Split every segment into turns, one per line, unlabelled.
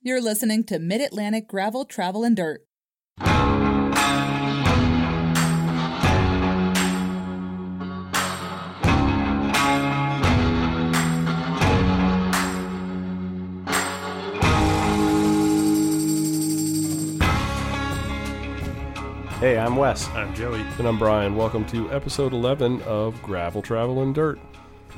You're listening to Mid Atlantic Gravel, Travel, and Dirt.
Hey, I'm Wes.
I'm Joey.
And I'm Brian. Welcome to episode 11 of Gravel, Travel, and Dirt.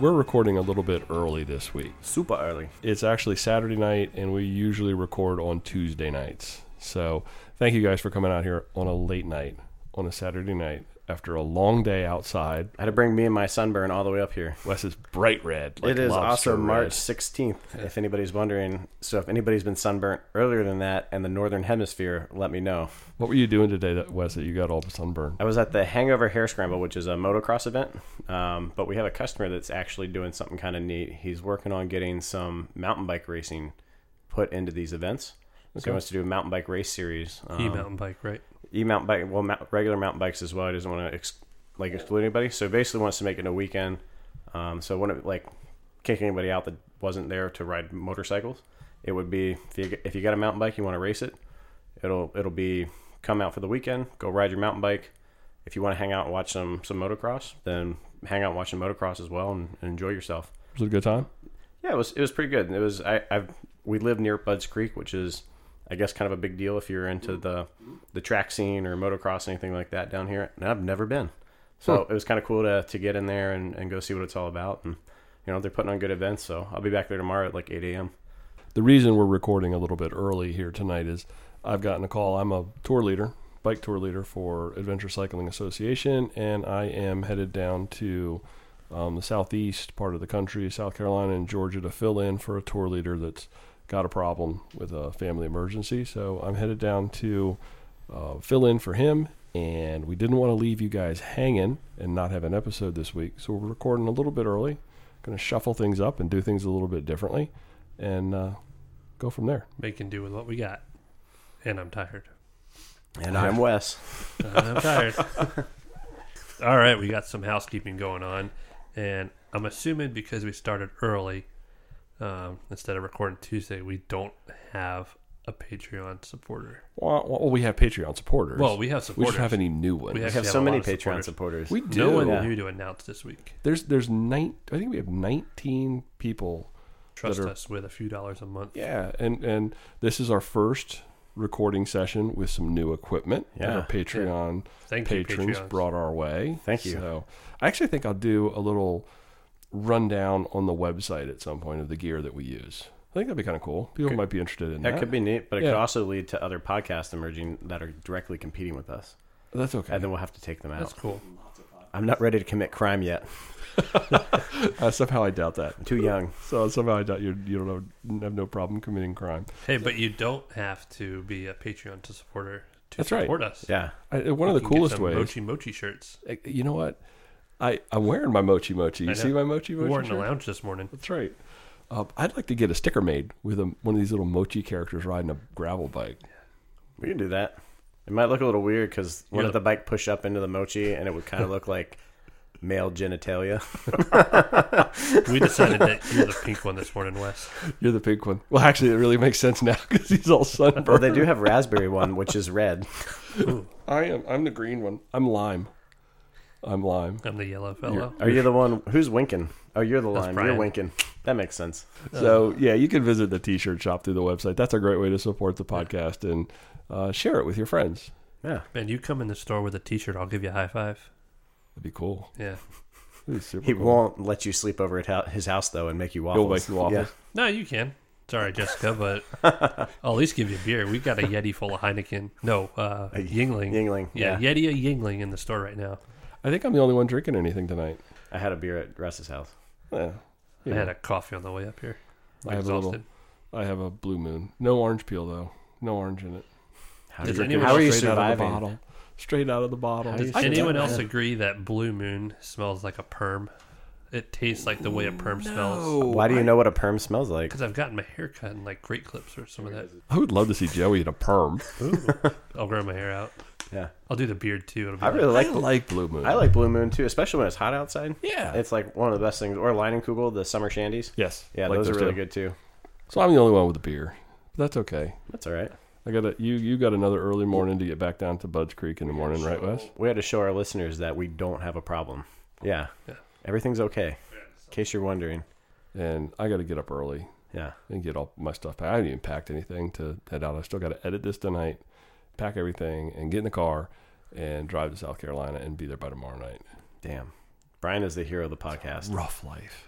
We're recording a little bit early this week.
Super early.
It's actually Saturday night, and we usually record on Tuesday nights. So thank you guys for coming out here on a late night, on a Saturday night, after a long day outside.
I had to bring me and my sunburn all the way up here.
Wes is bright red. like
it is
lobster
also
red.
March 16th, if anybody's wondering. So if anybody's been sunburnt earlier than that in the northern hemisphere, let me know.
What were you doing today, that Wes, that you got all sunburned?
I was at the Hangover Hair Scramble, which is a motocross event. Um, but we have a customer that's actually doing something kind of neat. He's working on getting some mountain bike racing put into these events. So he wants to do a mountain bike race series. Um,
e mountain bike, right?
e mountain bike, well, mount, regular mountain bikes as well. He doesn't want to ex- like exclude anybody. So basically, wants to make it a weekend. Um, so wouldn't like kick anybody out that wasn't there to ride motorcycles. It would be if you, if you got a mountain bike, you want to race it. It'll it'll be come out for the weekend, go ride your mountain bike. If you want to hang out and watch some some motocross, then hang out and watch some motocross as well and, and enjoy yourself.
Was it a good time?
Yeah, it was it was pretty good. It was I I've we live near Bud's Creek, which is I guess kind of a big deal if you're into the the track scene or motocross anything like that down here. And I've never been, so it was kind of cool to to get in there and, and go see what it's all about. And you know they're putting on good events, so I'll be back there tomorrow at like eight a.m.
the reason we're recording a little bit early here tonight is I've gotten a call. I'm a tour leader, bike tour leader for Adventure Cycling Association, and I am headed down to um, the southeast part of the country, South Carolina and Georgia, to fill in for a tour leader that's got a problem with a family emergency. So I'm headed down to uh, fill in for him. And we didn't want to leave you guys hanging and not have an episode this week. So we're recording a little bit early. Going to shuffle things up and do things a little bit differently. And uh, go from there.
Make and do with what we got. And I'm tired.
And I'm Wes.
And I'm tired. All right, we got some housekeeping going on, and I'm assuming because we started early, um, instead of recording Tuesday, we don't have a Patreon supporter.
Well, well, we have Patreon supporters.
Well, we have
we
supporters.
just have any new ones. We,
We
We
actually
have
have
so
a
many
lot of
Patreon
supporters.
supporters.
do.
No one
Yeah.
knew to announce this week.
There's there's nine. I think we have 19 people.
Trust
are-
us with a few dollars a month.
Yeah, and and this is our first recording session with some new equipment that
Yeah.
our Patreon
Thank you,
patrons
Patreons.
brought our way.
Thank you.
So I actually think I'll do a little rundown on the website at some point of the gear that we use. I think that'd be kind of cool. People might be interested in that.
That could be neat, but it
Yeah.
could also lead to other podcasts emerging that are directly competing with us,
That's okay.
and then we'll have to take them out.
That's cool.
I'm not ready to commit crime yet.
Uh, somehow I doubt that.
I'm too young.
So somehow I doubt you. You don't have, have no problem committing crime.
Hey, but you don't have to be a Patreon to supporter to
That's right.
support us.
Yeah.
I, uh, one of the
You can get
coolest
some
ways.
Mochi Mochi shirts.
Uh, You know what? I, I'm wearing my mochi mochi. You
I know.
see my mochi
We
mochi?
were in the
shirt?
lounge this morning.
That's right. Uh, I'd like to get a sticker made with a, one of these little mochi characters riding a gravel bike.
We can do that. It might look a little weird because what
Yeah.
if the bike pushed up into the mochi and it would kind of look like male genitalia?
We decided that you're the pink one this morning, Wes.
You're the pink one. Well, actually, it really makes sense now because he's all sunburned.
well, they do have raspberry one, which is red.
I am. I'm the green one. I'm lime. I'm lime.
I'm the yellow fellow.
Are you the one who's winking? Oh, you're the lime. You're
Brian.
winking. That makes sense.
Uh.
So yeah, you can visit the T-shirt shop through the website. That's a great way to support the podcast and uh, share it with your friends.
Yeah.
Man, you come in the store with a T-shirt, I'll give you a high five.
That'd be cool.
Yeah.
That'd be super
He
cool.
won't let you sleep over at hou- his house though and make you waffles.
He'll make you waffles.
No, you can. Sorry, Jessica, but I'll at least give you a beer. We got a Yeti full of Heineken. No, uh, Yingling.
Yingling,
Yeah, Yeti a Yingling in the store right now.
I think I'm the only one drinking anything tonight.
I had a beer at Russ's house.
Yeah.
I had a coffee on the way up here.
I have a little- I have a blue moon. No orange peel though. No orange in it.
How,
Does
you-
anyone
how are you
else-
Straight out of the
surviving?
bottle. Straight out of the bottle.
How do you
Does
I can
Anyone
tell-
else agree that Blue Moon smells like a perm? It tastes like the way a perm smells.
Oh,
Why do you know what a perm smells like?
Because I've gotten my hair cut in like great clips or some of that.
I would love to see Joey in a perm.
I'll grow my hair out.
Yeah.
I'll do the beard too. It'll be
I really
I
like
like Blue Moon.
I like Blue Moon too, especially when it's hot outside.
Yeah.
It's like one of the best things. Or Lining Kugel, the summer shandies.
yes.
Yeah,
like
those, are
two.
really good too.
So I'm the only one with a beer. That's okay.
That's all right.
I got a, you. You got another early morning to get back down to Budge Creek in the morning, right, Wes?
We had to show our listeners that we don't have a problem. Yeah.
Yeah.
Everything's okay. In case you're wondering.
And I got to get up early
Yeah.
and get all my stuff packed. I didn't even packed anything to head out. I still got to edit this tonight, pack everything, and get in the car and drive to South Carolina and be there by tomorrow night.
Damn. Brian is the hero of the podcast.
Rough life.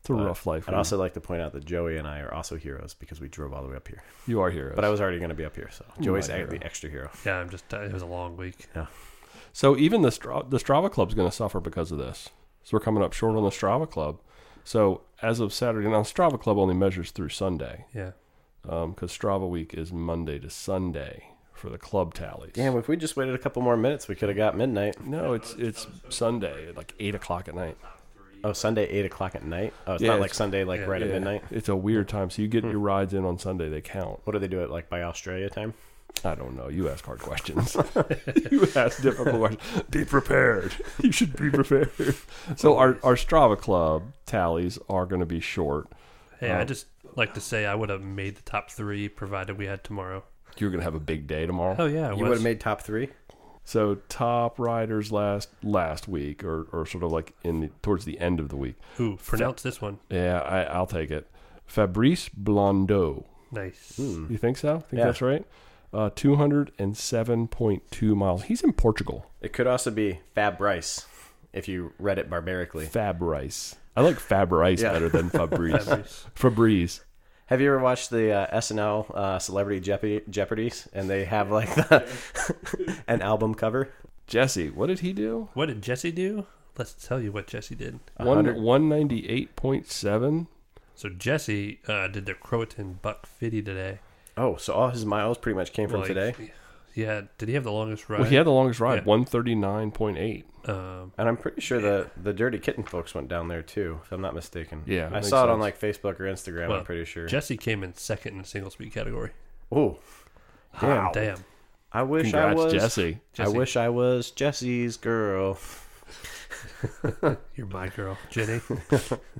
It's a
But
rough life.
I'd
man.
Uh, also like to point out that Joey and I are also heroes because we drove all the way up here.
you are heroes.
But I was already going to be up here, so Joey's
my
a-
hero.
the extra hero.
Yeah, I'm just. It was a long week.
So even the Stra- the Strava Club's going to suffer because of this. So we're coming up short on the Strava Club. So as of Saturday, now Strava Club only measures through Sunday
Yeah.
because Strava Week is Monday to Sunday for the club tallies.
Damn, if we just waited a couple more minutes, we could have got midnight.
No, it's it's Sunday at like eight o'clock at night.
Oh, Sunday, 8 o'clock at night? Oh, it's
Yeah,
not
it's-
like Sunday, like
yeah,
right at
Yeah.
midnight? Hmm.
It's a weird time. So you get your rides in on Sunday. They count.
What do they do it like by Australia time?
I don't know. You ask hard questions. you ask difficult questions. Be prepared. You should be prepared. So our our Strava Club tallies are going to be short.
Hey, I just like to say I would have made the top three provided we had tomorrow.
You're going to have a big day tomorrow.
Oh yeah,
You would have made top three?
So top riders last last week, or, or sort of like in the, towards the end of the week.
Ooh, pronounce this one.
Yeah, I, I'll take it. Fabrice Blondeau.
Nice.
You think so? Think
Hmm. Yeah.
that's right? Uh, two hundred and seven point two miles. He's in Portugal.
It could also be Fab Bryce if you read it barbarically.
Fabrice. I like Fabrice
Yeah.
better than Fabrice.
Fabrice.
Fabrice.
Have you ever watched the uh, SNL uh, Celebrity Jeopardy, Jeopardies? And they have like the, an album cover.
Jesse. What did he do?
What did Jesse do? Let's tell you what Jesse did.
One one ninety eight point seven.
So Jesse uh, did the Croatan Buck Fitty today.
Oh, so all his miles pretty much came from
Like,
today.
Yeah. Did he have the longest ride?
Well, he had the longest ride.
Yeah.
One thirty nine point eight.
um,
And I'm pretty sure the, the Dirty Kitten folks went down there too, if I'm not mistaken.
Yeah,
I
makes
saw it on
sense.
like Facebook or Instagram,
well,
I'm pretty sure.
Jesse came in second in the single speed category.
oh, damn.
Damn.
I wish I
Congrats,
was.
Jesse.
I
Jesse.
wish I was Jesse's girl.
You're my girl, Jenny.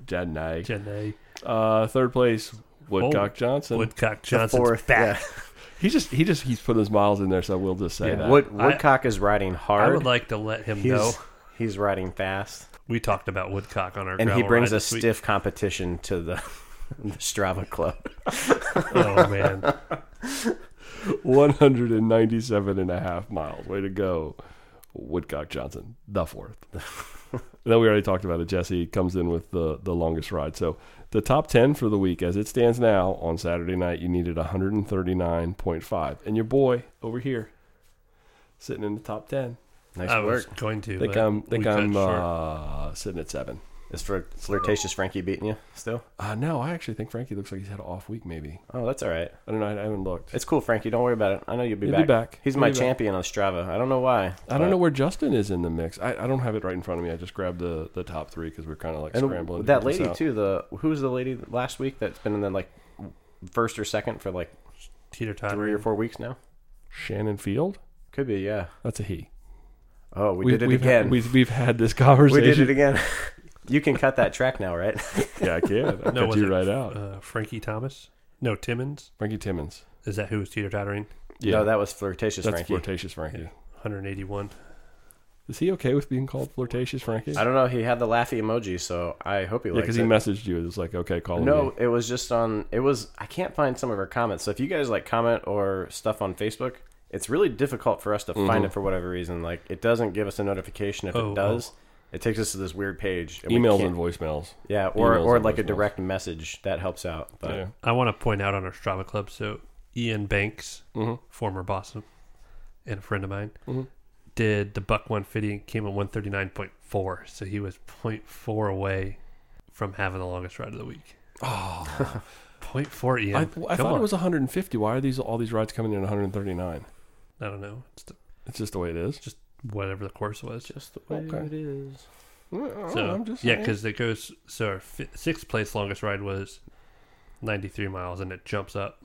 Jenny.
Jenny.
Uh, third place, Woodcock Johnson.
Woodcock Johnson.
Fourth. Yeah.
Oh, He just he just he's putting his miles in there, so we'll just say that.
Wood, Woodcock is riding hard.
I would like to let him
he's,
know
he's riding fast.
we talked about Woodcock on our
and he
gravel
brings a
ride this week.
stiff competition to the, the Strava Club.
Oh man,
197 and a half miles. Way to go, Woodcock Johnson, the fourth. then we already talked about it. Jesse comes in with the the longest ride. So the top 10 for the week, as it stands now on Saturday night, you needed 139.5, and your boy over here sitting in the top 10.
Nice
I was
work.
going to.
Think
but
I'm
we
think
cut
I'm
short.
uh, sitting at seven.
Is for flirtatious Frankie beating you still?
Uh, no, I actually think Frankie looks like he's had an off week. Maybe
Oh, that's all right.
I don't know. I haven't looked.
It's cool, Frankie. Don't worry about it. I know you'll be,
He'll
back.
be back.
He's
He'll
my
be back.
champion on Strava. I don't know why.
I don't
but-
know where Justin is in the mix. I, I don't have it right in front of me. I just grabbed the, the top three because we're kind of like scrambling.
And
to
that
get this
lady
out.
too. The who was the lady last week that's been in the like first or second for like
teeter
three or
totter.
four weeks now?
Shannon Field.
Could be, yeah.
That's a he.
Oh, we,
We've-
did it
we've
again.
Had, we've, we've had this
we
conversation.
did it again. you can cut that track now, right?
Yeah, I can. I
No,
cut
was
you
it,
right out.
Uh, Frankie Thomas? No, Timmons.
Frankie Timmons.
Is that who was teeter tottering?
Yeah,
No, that was flirtatious,
that's
Frankie.
flirtatious Frankie.
181.
Is he okay with being called flirtatious Frankie?
I don't know. He had the laughy emoji, so I hope he
yeah,
likes
because
it.
he messaged you. It was like, okay, call him.
no,
me.
it was just on. It was. I can't find some of her comments. So if you guys like comment or stuff on Facebook, it's really difficult for us to find
Mm-hmm.
it for whatever reason. Like it doesn't give us a notification. If
Oh,
it does, it takes us to this weird page. and we
emails
can't-
and voicemails.
Yeah, or
Emails
or
and
like a
voicemails.
direct message that helps out. But
Yeah.
I want to point out on our Strava Club. So Ian Banks, former boss of- and a friend of mine, did the buck 150 and came at 139.4. So he was 0.4 away from having the longest ride of the week. Oh. 0.4 Ian.
I, I
Come
thought
on.
it was 150. Why are these all these rides coming in at 139?
I don't know. It's the-
It's just the way it is.
just whatever the course was.
just the way
Okay.
it is.
So
Oh, I'm just
yeah,
saying.
because it goes. So our fi- sixth place longest ride was ninety three miles, and it jumps up.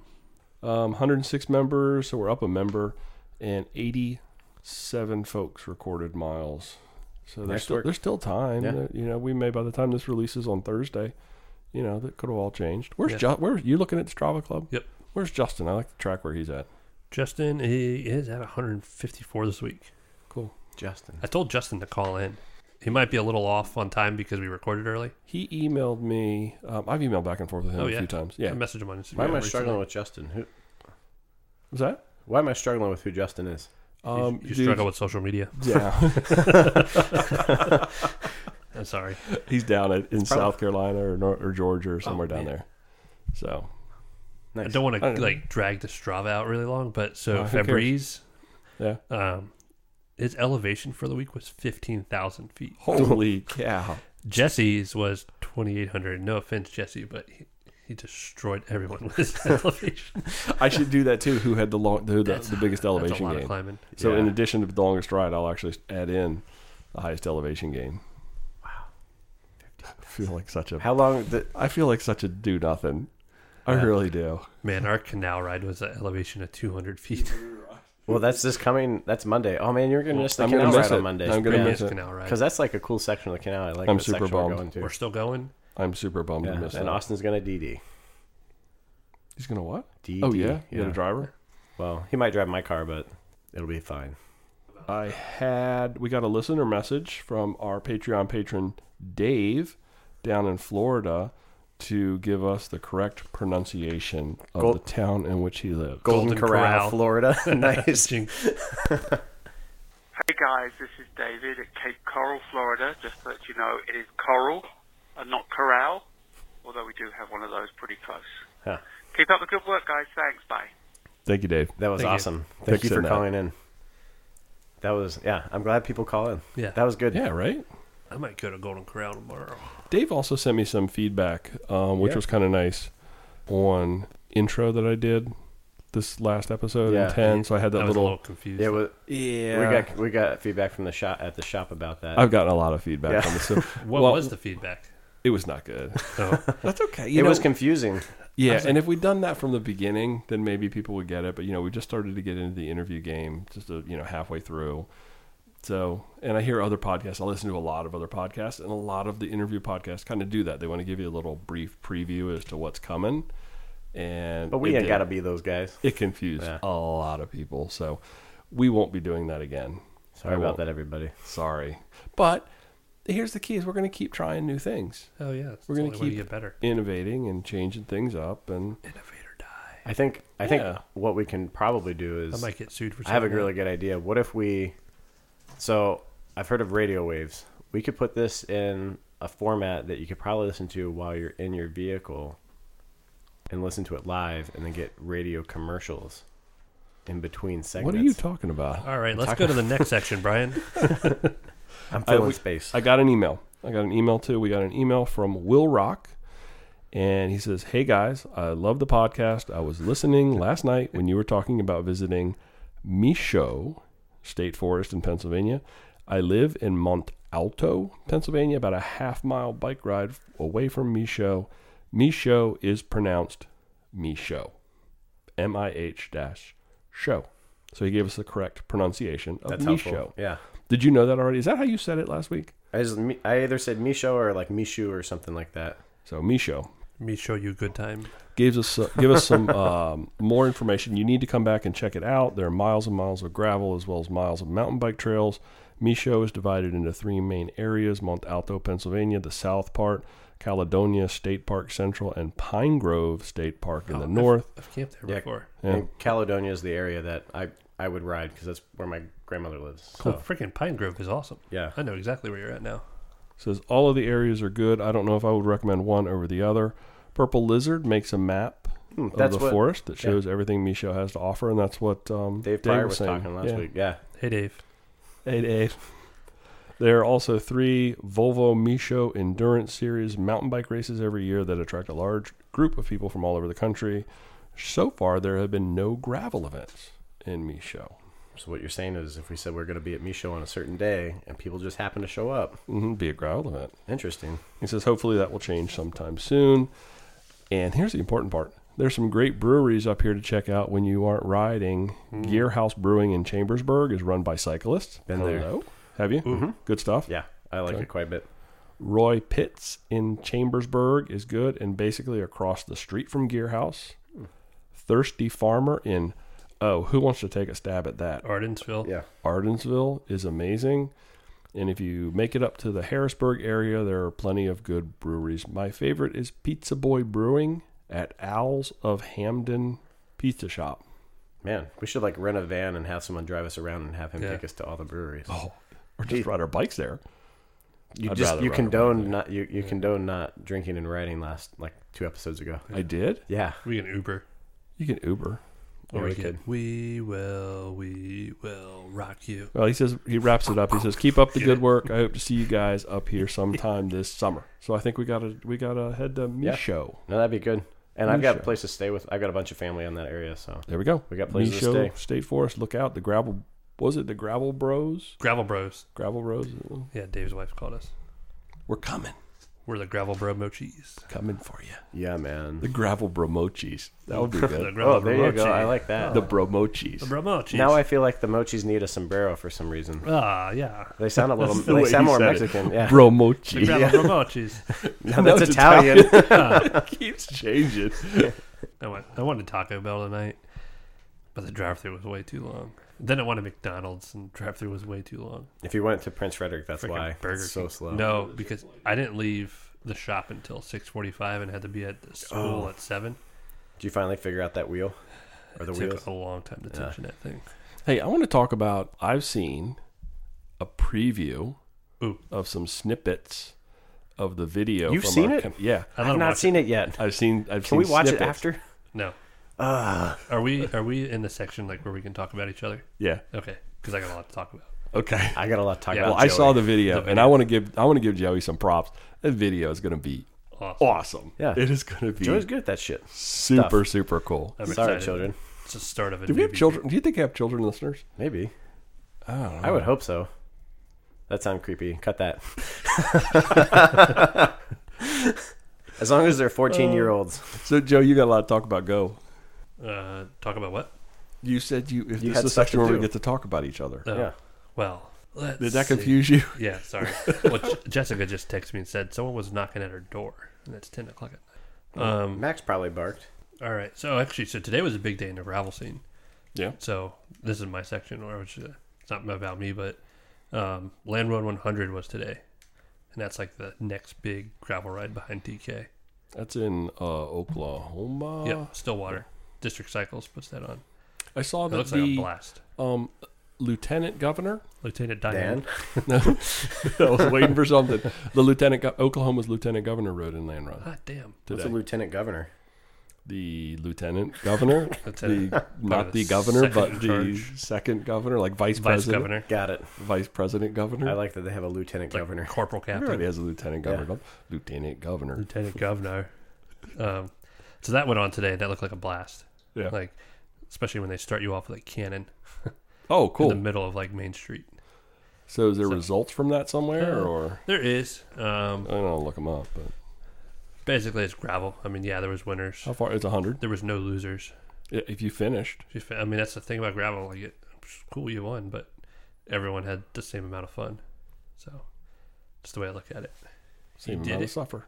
Um, 106 members, so we're up a member, and 87 folks recorded miles. So
Nice
there's still,
work.
there's still time.
Yeah.
Uh, You know, we may by the time this releases on Thursday, you know, that could have all changed. Where's
Yeah.
Ju- Where you looking at Strava Club?
Yep.
Where's Justin? I like to track where he's at.
Justin he is at 154 this week.
Cool.
Justin.
I told Justin to call in. He might be a little off on time because we recorded early.
He emailed me. Um, I've emailed back and forth with him
oh
a
yeah,
few times. Yeah.
I messaged him on Instagram.
Why am I
recently.
struggling with Justin? Who?
Was that?
Why am I struggling with who Justin is?
Um,
you
dude,
struggle with social media.
Yeah,
I'm sorry.
he's down at, in South Carolina or Nor- or Georgia or somewhere down
man.
there. So
I
Nice.
don't want
I
to
don't-
like drag the Strava out really long, but so
Oh, who
Febreze,
yeah,
um, his elevation for the week was 15,000 feet.
holy cow!
Jesse's was 2,800. No offense, Jesse, but he, he destroyed everyone with his elevation.
I should do that too. Who had the long, who the,
That's-
the biggest
That's a
elevation
lot of
gain?
climbing.
So in
Yeah.
addition to the longest ride, I'll actually add in the highest elevation gain. Wow, I feel like such a
How long? The,
I feel like such a do nothing. I really do.
Man, our canal ride was an elevation of 200 feet.
well, that's this coming. That's Monday. Oh man, you're gonna miss the
I'm gonna
canal
miss
ride
it.
on Monday.
I'm gonna
Previous
miss it.
canal ride.
because that's like a cool section of the canal. I like.
I'm
the
super
section
bummed.
We're going to.
We're still going.
I'm super bummed
Yeah,
to miss
and
that.
Austin's gonna DD.
He's gonna what?
DD.
Oh yeah, you
yeah.
got a driver.
Well, he might drive my car, but it'll be fine.
I had we got a listener message from our Patreon patron Dave down in Florida to give us the correct pronunciation of
Gold-
the town in which he lives.
Golden,
Golden
Corral,
Corral.
Florida. nice.
Jinx.
Hey guys, this is David at Cape Coral, Florida. Just to let you know, it is coral and not corral, although we do have one of those pretty close.
Huh.
Keep up the good work, guys. Thanks. Bye.
Thank you, Dave.
That was
Thank you.
awesome. Thank you
Fixing
for
that.
calling in. That was yeah. I'm glad people call in.
Yeah.
that was good.
Yeah, right.
I might go to Golden Corral tomorrow.
Dave also sent me some feedback, um, which
Yeah.
was kind of nice on intro that I did this last episode
Yeah.
in ten. So I had that
I was a
little.
little confused.
Yeah, we,
Yeah,
we got we got feedback from the shop at the shop about that.
I've gotten a lot of feedback
Yeah.
on this. So,
what
well,
was the feedback?
It was not good.
Oh,
That's okay.
it was confusing.
Yeah, and if we'd done that from the beginning, then maybe people would get it. But you know, we just started to get into the interview game just uh you know halfway through. So, and I hear other podcasts. I listen to a lot of other podcasts, and a lot of the interview podcasts kind of do that. They want to give you a little brief preview as to what's coming. And
But we
it
ain't
did-
got to be those guys.
It confused
Yeah.
a lot of people, so we won't be doing that again.
Sorry
I
about
won't.
that, everybody.
Sorry, but here's the key: is we're going to keep trying new things,
oh yeah. That's
We're
the
gonna
only way to
keep-
get better.
innovating and changing things up, and
Innovator die.
I think I think
Yeah.
what we can probably do
I
is
might get sued for.
I have a
saying that.
really good idea. What if we? So I've heard of radio waves. We could put this in a format that you could probably listen to while you're in your vehicle, and listen to it live, and then get radio commercials in between segments.
what are you talking about?
All right, let's go to the next section, Brian.
I'm
I-
filling
we-
space.
I got an email. I got an email too. We got an email from Will Rock, and he says, "Hey guys, I love the podcast. I was listening last night when you were talking about visiting Micho State Forest in Pennsylvania. I live in Mont Alto, Pennsylvania, about a half mile bike ride away from Micho. Micho is pronounced Micho, M I H dash show. So he gave us the correct pronunciation of
That's
Micho.
helpful. Yeah.
Did you know that already? Is that how you said it last week?
I just I either said Misho or like Mishu or something like that.
So Misho
Let me show you a good time.
gives us uh, give us some um, more information. You need to come back and check it out. There are miles and miles of gravel as well as miles of mountain bike trails. Misho is divided into three main areas: Mont Alto, Pennsylvania, the south part, Caledonia State Park Central, and Pine Grove State Park
Oh,
in the north.
Oh, I've camped there
Yeah.
before.
And Caledonia is the area that I I would ride because that's where my grandmother lives.
Cool.
So,
Freaking Pine Grove is awesome.
Yeah.
I know exactly where you're at now.
Says all of the areas are good. I don't know if I would recommend one over the other. Purple Lizard makes a map of
Hmm, that's
the
what-
forest that shows everything Misho has to offer, and that's what um,
Dave Pryor was,
was saying.
talking last
Yeah.
week. Yeah.
Hey, Dave.
Eight eight. There are also three Volvo Misho Endurance Series mountain bike races every year that attract a large group of people from all over the country. So far, there have been no gravel events in Misho.
So what you're saying is, if we said we're going to be at Micho on a certain day, and people just happen to show up,
Mm-hmm, be a gravel event.
interesting.
He says, hopefully that will change sometime soon. And here's the important part there's some great breweries up here to check out when you aren't riding. Gear House Brewing in Chambersburg is run by cyclists.
Hmm. Been there.
Hello. Have you? Mm-hmm. Good stuff.
Yeah, I like it quite a bit.
Roy Pitts in Chambersburg is good and basically across the street from Gearhouse. Thirsty Farmer in, oh, who wants to take a stab at that?
Ardensville.
Yeah.
Ardensville is amazing. And if you make it up to the Harrisburg area, there are plenty of good breweries. My favorite is Pizza Boy Brewing at Owls of Hamden Pizza Shop.
Man, we should like rent a van and have someone drive us around and have him
Yeah.
take us to all the breweries.
Oh, or just ride our bikes there.
you
I'd
just
rather
you
ride
condone not you, you condone not drinking and riding last like two episodes ago.
I did.
Yeah.
We can Uber.
You can Uber.
Or
we
we could.
could.
We will, we will rock you.
Well, he says he wraps it up. He says, "Keep up the good work. I hope to see you guys up here sometime this summer." So I think we gotta we gotta head to
Yeah.
Micho.
No, that'd be good. And I've got
Misha.
a place to stay with. I've got a bunch of family in that area, so
There we go.
We got places to stay.
State Forest. Look out! The gravel was it the gravel bros?
Gravel Bros.
Gravel bros.
Yeah, Dave's wife called us.
We're coming,
We're the Gravel Bro Mochis.
coming for you.
yeah, man.
The gravel bromochis. That would be
The
good.
Gravel
oh, there you go.
Mochi.
I like that.
the bromochis.
the Bro Mochis.
now I feel like the mochis need a sombrero for some reason.
Ah, yeah.
They sound a little.
That's the
they
way
sound
he
more
said it.
Mexican. Yeah.
Bromochi.
Gravel Bro Mochis.
No,
That
that's
was
Italian.
keeps changing.
I went. I wanted Taco Bell tonight, but the drive-through was way too long. Then I wanted McDonald's, and drive-through was way too long.
if you went to Prince Frederick, that's
Freaking
why.
Burger
It's so
King.
slow.
No, because I didn't leave the shop until six forty-five and had to be at the
Oh.
school at seven.
Did you finally figure out that wheel or the
It
wheels?
took a long time to tension that thing.
Hey, I want to talk about. I've seen a preview
Ooh.
of some snippets of the video.
You've
from
seen
our
it?
com- yeah,
I
I've
don't
not
watch
seen it, yet.
I've seen. I've
Can
seen.
we watch it
snippets.
after?
No. Are we? Are we in the section like where we can talk about each other?
Yeah.
Okay, because I got a lot to talk about.
Okay.
I got a lot to talk
Yeah,
about.
Well, I saw
Joey.
the video, and I want to give. I want to give Joey some props. That video is going to be
Awesome.
awesome.
Yeah.
It is going to be
Joey's good at that shit.
super super cool.
I'm
Sorry,
excited.
children.
It's the start of a
Do we
new
have children? Do you think we have children listeners?
Maybe.
I don't know.
I would hope so. That sounds creepy. Cut that. as long as they're 14 year olds.
So, Joe, you got a lot to talk about. Go.
Uh, talk about what?
You said you. If
You
this
had
is the
stuff
section
to
where we
do.
get to talk about each other.
Oh,
Yeah.
Well, let's
Did that
see.
confuse you?
Yeah, sorry. well, Je- Jessica just texted me and said someone was knocking at her door, and it's ten o'clock at night. Um,
Max probably barked.
all right. So actually, so today was a big day in the gravel scene.
Yeah.
So this is my section, or which uh, it's not about me, but um, Land Road 100 was today, and that's like the next big gravel ride behind TK.
That's in uh, Oklahoma.
Yeah, Stillwater District Cycles puts that on.
I saw
It
that
looks
the
like a blast.
um, lieutenant governor.
Lieutenant Diane.
Dan?
I was waiting for something. The lieutenant, go- Oklahoma's lieutenant governor, rode in Land Run
Ah, damn.
today.
What's a lieutenant governor?
the lieutenant governor,
Lieutenant.
the, not
of
the
the
governor, but
second
the
in
second governor, like vice,
Vice
president,
Governor.
Got it.
vice president governor.
I like that they have a lieutenant
Like
governor.
Corporal
Everybody
Captain.
has a lieutenant governor. don't- Lieutenant governor.
Lieutenant Governor. Um, so that went on today, and that looked like a blast.
Yeah.
Like, especially when they start you off with a cannon
oh,
in the
cool.
middle of like Main Street.
So, is there results from that somewhere,
Uh,
or
There is. Um,
I don't know, look them up? But
basically, it's gravel. I mean, yeah, there was winners.
how far? It's hundred.
There was no losers.
If you finished,
Just- I mean, that's the thing about gravel. Like, it, it's cool you won, but everyone had the same amount of fun. So that's the way I look at it.
same
did
amount
it.
of suffer.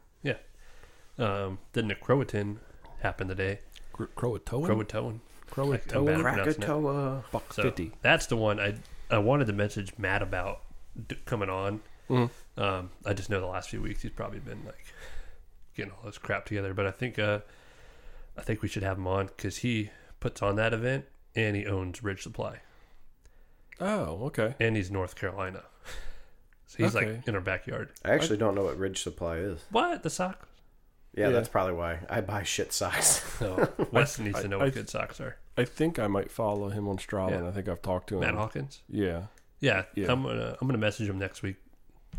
Um, then the Croatan happened today.
Cro- Croatoan.
Croatoan.
Croatoan.
bad at pronouncing it.
uh,
Buck
So
50.
that's the one I I wanted to message Matt about d- coming on.
Mhm.
Um, I just know the last few weeks he's probably been like getting all this crap together, but I think uh, I think we should have him on because he puts on that event and he owns Ridge Supply
Oh, okay.
and he's North Carolina, so he's
Okay.
like in our backyard.
I actually don't know what Ridge Supply is.
What the sock?
Yeah,
Yeah.
that's probably why. I buy shit socks.
No, Wes needs to know
I-
what good socks are.
I think I might follow him on Strava,
Yeah.
and I think I've talked to him.
Matt Hawkins.
Yeah,
Yeah,
Oh. Yeah.
I'm gonna I'm gonna message him next week.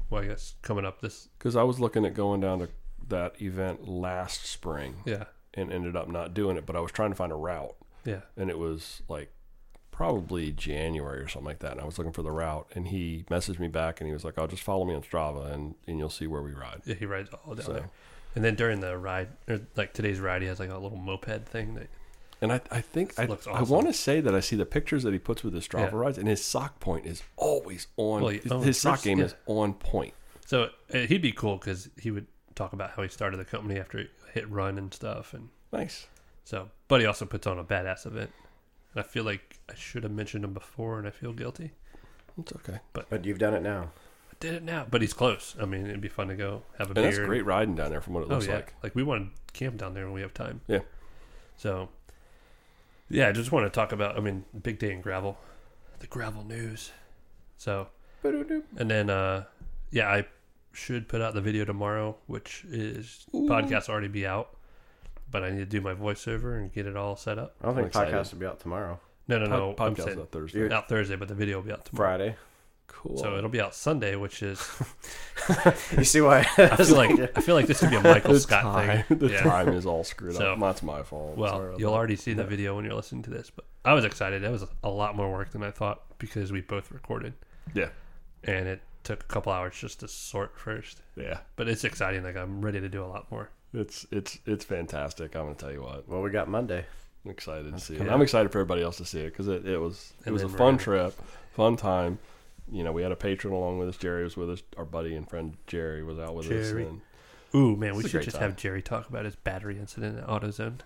Well, I guess coming up this
because I was looking at going down to that event last spring
yeah
and ended up not doing it, but I was trying to find a route,
yeah
and it was like probably January or something like that. And I was looking for the route, and he messaged me back, and he was like, "Oh, just follow me on Strava, and and you'll see where we ride."
Yeah, he rides all down
So-
there. And then during the ride, or like today's ride, he has like a little moped thing. That,
And I, I think I,
Looks
I
awesome.
want to say that I see the pictures that he puts with his Strava
Yeah.
rides, and his sock point is always on.
Well, he
his,
owns
his sock
Ridge-
game
yeah.
is on point.
so uh, he'd be cool because he would talk about how he started the company after he hit run and stuff. And
Nice.
So, but he also puts on a badass event. And I feel like I should have mentioned him before, and I feel guilty.
It's okay.
But you've done it now.
I did it now, but he's close. I mean, it'd be fun to go have a
And
beer.
that's great riding down there from what it
Oh
looks
yeah,
like.
like we want to camp down there when we have time.
Yeah.
So, yeah, I just want to talk about. I mean, big day in gravel, the gravel news. So, and then uh, yeah, I should put out the video tomorrow, which is podcast already be out, but I need to do my voiceover and get it all set up.
I don't think
excited.
podcasts will be out tomorrow.
No, no, no.
Pod-
I'm
podcast's
saying-
out Thursday.
Out Thursday, but the video will be out tomorrow.
Friday.
Cool.
So it'll be out Sunday, which is
You see why?
I feel like I feel like this could be a Michael Scott
time,
thing.
the
Yeah.
time is all screwed
So-
up. That's my fault.
Well,
Sorry about
you'll
that.
already see the video when you're listening to this, but I was excited. That was a lot more work than I thought because we both recorded
yeah,
and it took a couple hours just to sort first.
yeah.
But it's exciting. Like I'm ready to do a lot more.
It's it's it's fantastic. I'm gonna tell you what.
well, we got Monday.
I'm excited to see it. And I'm excited for everybody else to see it because it, it was it
And
was a
then
fun
we're-
trip, fun time. You know, we had a patron along with us. Jerry was with us. Our buddy and friend Jerry was out with us.
Jerry.
And
Ooh man, we
It's a
should
great
just
time.
have Jerry talk about his battery incident at AutoZone.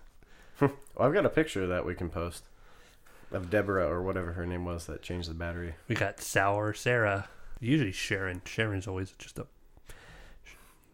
Well, I've got a picture that we can post of Deborah or whatever her name was that changed the battery.
We got Sour Sarah. Usually Sharon. Sharon's always just a.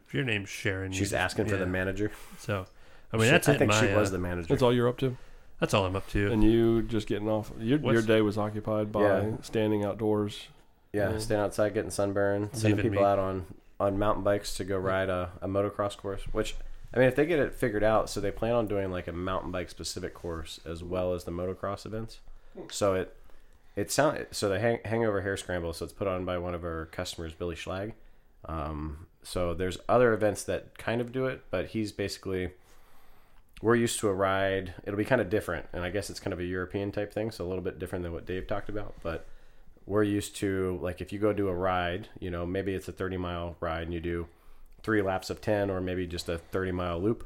If your name's Sharon, you
She's
just-
asking for the
Mm, yeah.
manager.
So, I mean,
She-
that's
I
it.
think
my,
she was
uh,
the manager.
that's all you're up to.
That's all I'm up to.
And you just getting off. Your your
What's-
day was occupied by
Yeah.
standing outdoors.
Yeah, staying outside, getting sunburn, sending
Mm-hmm. Leaving
people
me.
out on on mountain bikes to go ride a, a motocross course. Which I mean, if they get it figured out, so they plan on doing like a mountain bike specific course as well as the motocross events.
Hmm.
So it it sound so the hang, hangover hair scramble. So it's put on by one of our customers, Billy Schlag. Um, so there's other events that kind of do it, but he's basically we're used to a ride. It'll be kind of different, and I guess it's kind of a European type thing, so a little bit different than what Dave talked about. But we're used to like if you go do a ride, you know, maybe it's a 30 mile ride and you do three laps of 10 or maybe just a 30 mile loop.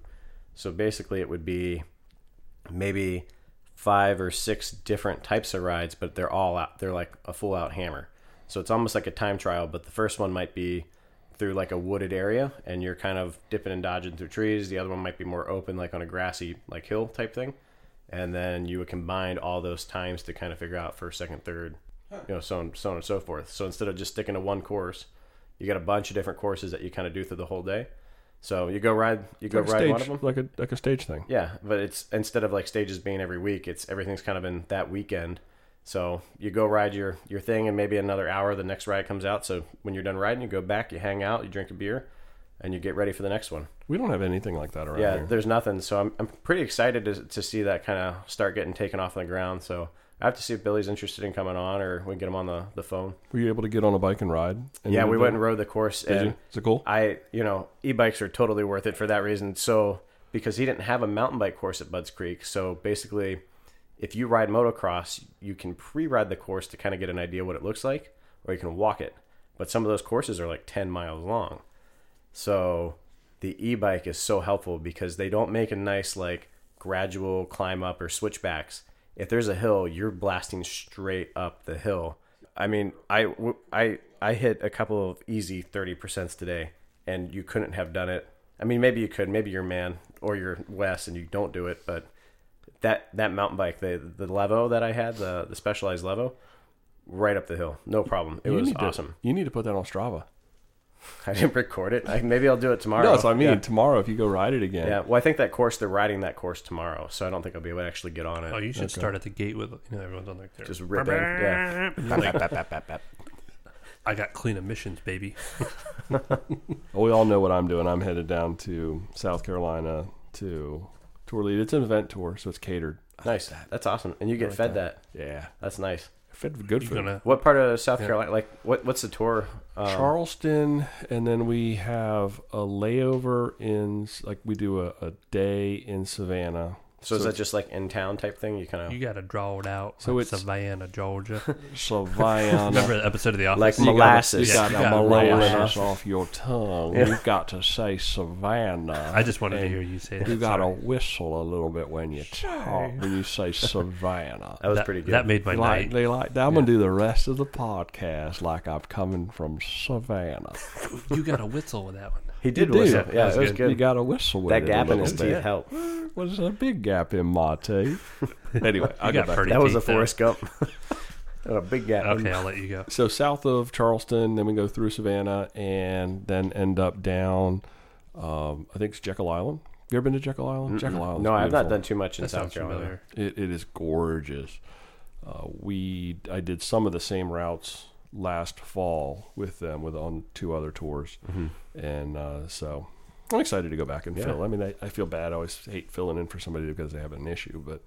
So basically, it would be maybe five or six different types of rides, but they're all out. They're like a full out hammer. So it's almost like a time trial, but the first one might be through like a wooded area and you're kind of dipping and dodging through trees. The other one might be more open, like on a grassy, like hill type thing. And then you would combine all those times to kind of figure out first, second, third, you know, so on, so on and so forth. So instead of just sticking to one course, you got a bunch of different courses that you kind of do through the whole day. So you go ride, you go
Like a
ride one of
stage-
them.
like a like a stage thing.
Yeah, but it's instead of like stages being every week, it's everything's kind of in that weekend. So you go ride your your thing, and maybe another hour the next ride comes out. So when you're done riding, you go back, you hang out, you drink a beer, and you get ready for the next one.
We don't have anything like that around
yeah,
here.
there's nothing. So I'm I'm pretty excited to to see that kind of start getting taken off on the ground. So I have to see if Billy's interested in coming on, or we can get him on the the phone.
Were you able to get on a bike and ride? And
yeah,
you
we
did
went
that?
and rode the course.
Did
and
you? Is it cool?
I, you know, e-bikes are totally worth it for that reason. So because he didn't have a mountain bike course at Bud's Creek, so basically, if you ride motocross, you can pre-ride the course to kind of get an idea what it looks like, or you can walk it. But some of those courses are like ten miles long, so the e-bike is so helpful because they don't make a nice like gradual climb up or switchbacks. If there's a hill, you're blasting straight up the hill. I mean, I w- I- I hit a couple of easy 30% today and you couldn't have done it. I mean, maybe you could, maybe you're man or you're Wes and you don't do it, but that that mountain bike, the the Levo that I had, the the Specialized Levo, right up the hill. No problem. It
You
was
need to-
awesome.
you need to put that on Strava.
I didn't record it. I, maybe I'll do it tomorrow.
No, that's what I mean.
Yeah.
Tomorrow, if you go ride it again,
Yeah, well, I think that course they're riding that course tomorrow, so I don't think I'll be able to actually get on it.
Oh, you should start at the gate with you know everyone's on like their
Just rip in, yeah.
And you're like, I got clean emissions, baby.
Well, we all know what I'm doing. I'm headed down to South Carolina to tour lead. It's an event tour, so it's catered.
nice, that's awesome, and you get fed that.
Yeah,
That's nice.
fed good
You're
food.
gonna
What part of South Carolina? Like, what what's the tour? Um,
Charleston, and then we have a layover in like we do a, a day in Savannah.
so, is that just like in town type thing? You kind
you
of
got to draw it out.
So
So
it's-
Savannah, Georgia.
Savannah?
Remember the episode of The Office?
like
You gotta-
molasses?
you
Yeah.
got
You
the
gotta roll it
molasses off your tongue. You've got to say Savannah.
I just wanted to hear you say that.
You got to
sorry.
whistle a little bit when you talk when you say Savannah.
That was
that,
pretty good.
That made my
They like,
night.
they like that. I'm gonna do the rest of the podcast like I'm coming from Savannah.
You got to whistle with that one.
He did
You do.
whistle. Yeah,
That's
that was
good.
good.
You got a whistle with
that
it
gap
a
in his
little
teeth
bit.
helped.
Was a big gap in my teeth. anyway, I got
You got
back.
pretty
That was a
teeth, though.
Forrest Gump. Oh, a big gap.
Okay, I'll let you go.
So south of Charleston, then we go through Savannah, and then end up down. Um, I think it's Jekyll Island. You ever been to Jekyll Island? Jekyll Island.
No, I've not done too much in
That
South
sounds
Carolina.
familiar.
It, it is gorgeous. Uh, we I did some of the same routes last fall with them with on two other tours,
Mm-hmm.
and uh, so I'm excited to go back and fill. I mean, I, I feel bad. I always hate filling in for somebody because they have an issue, but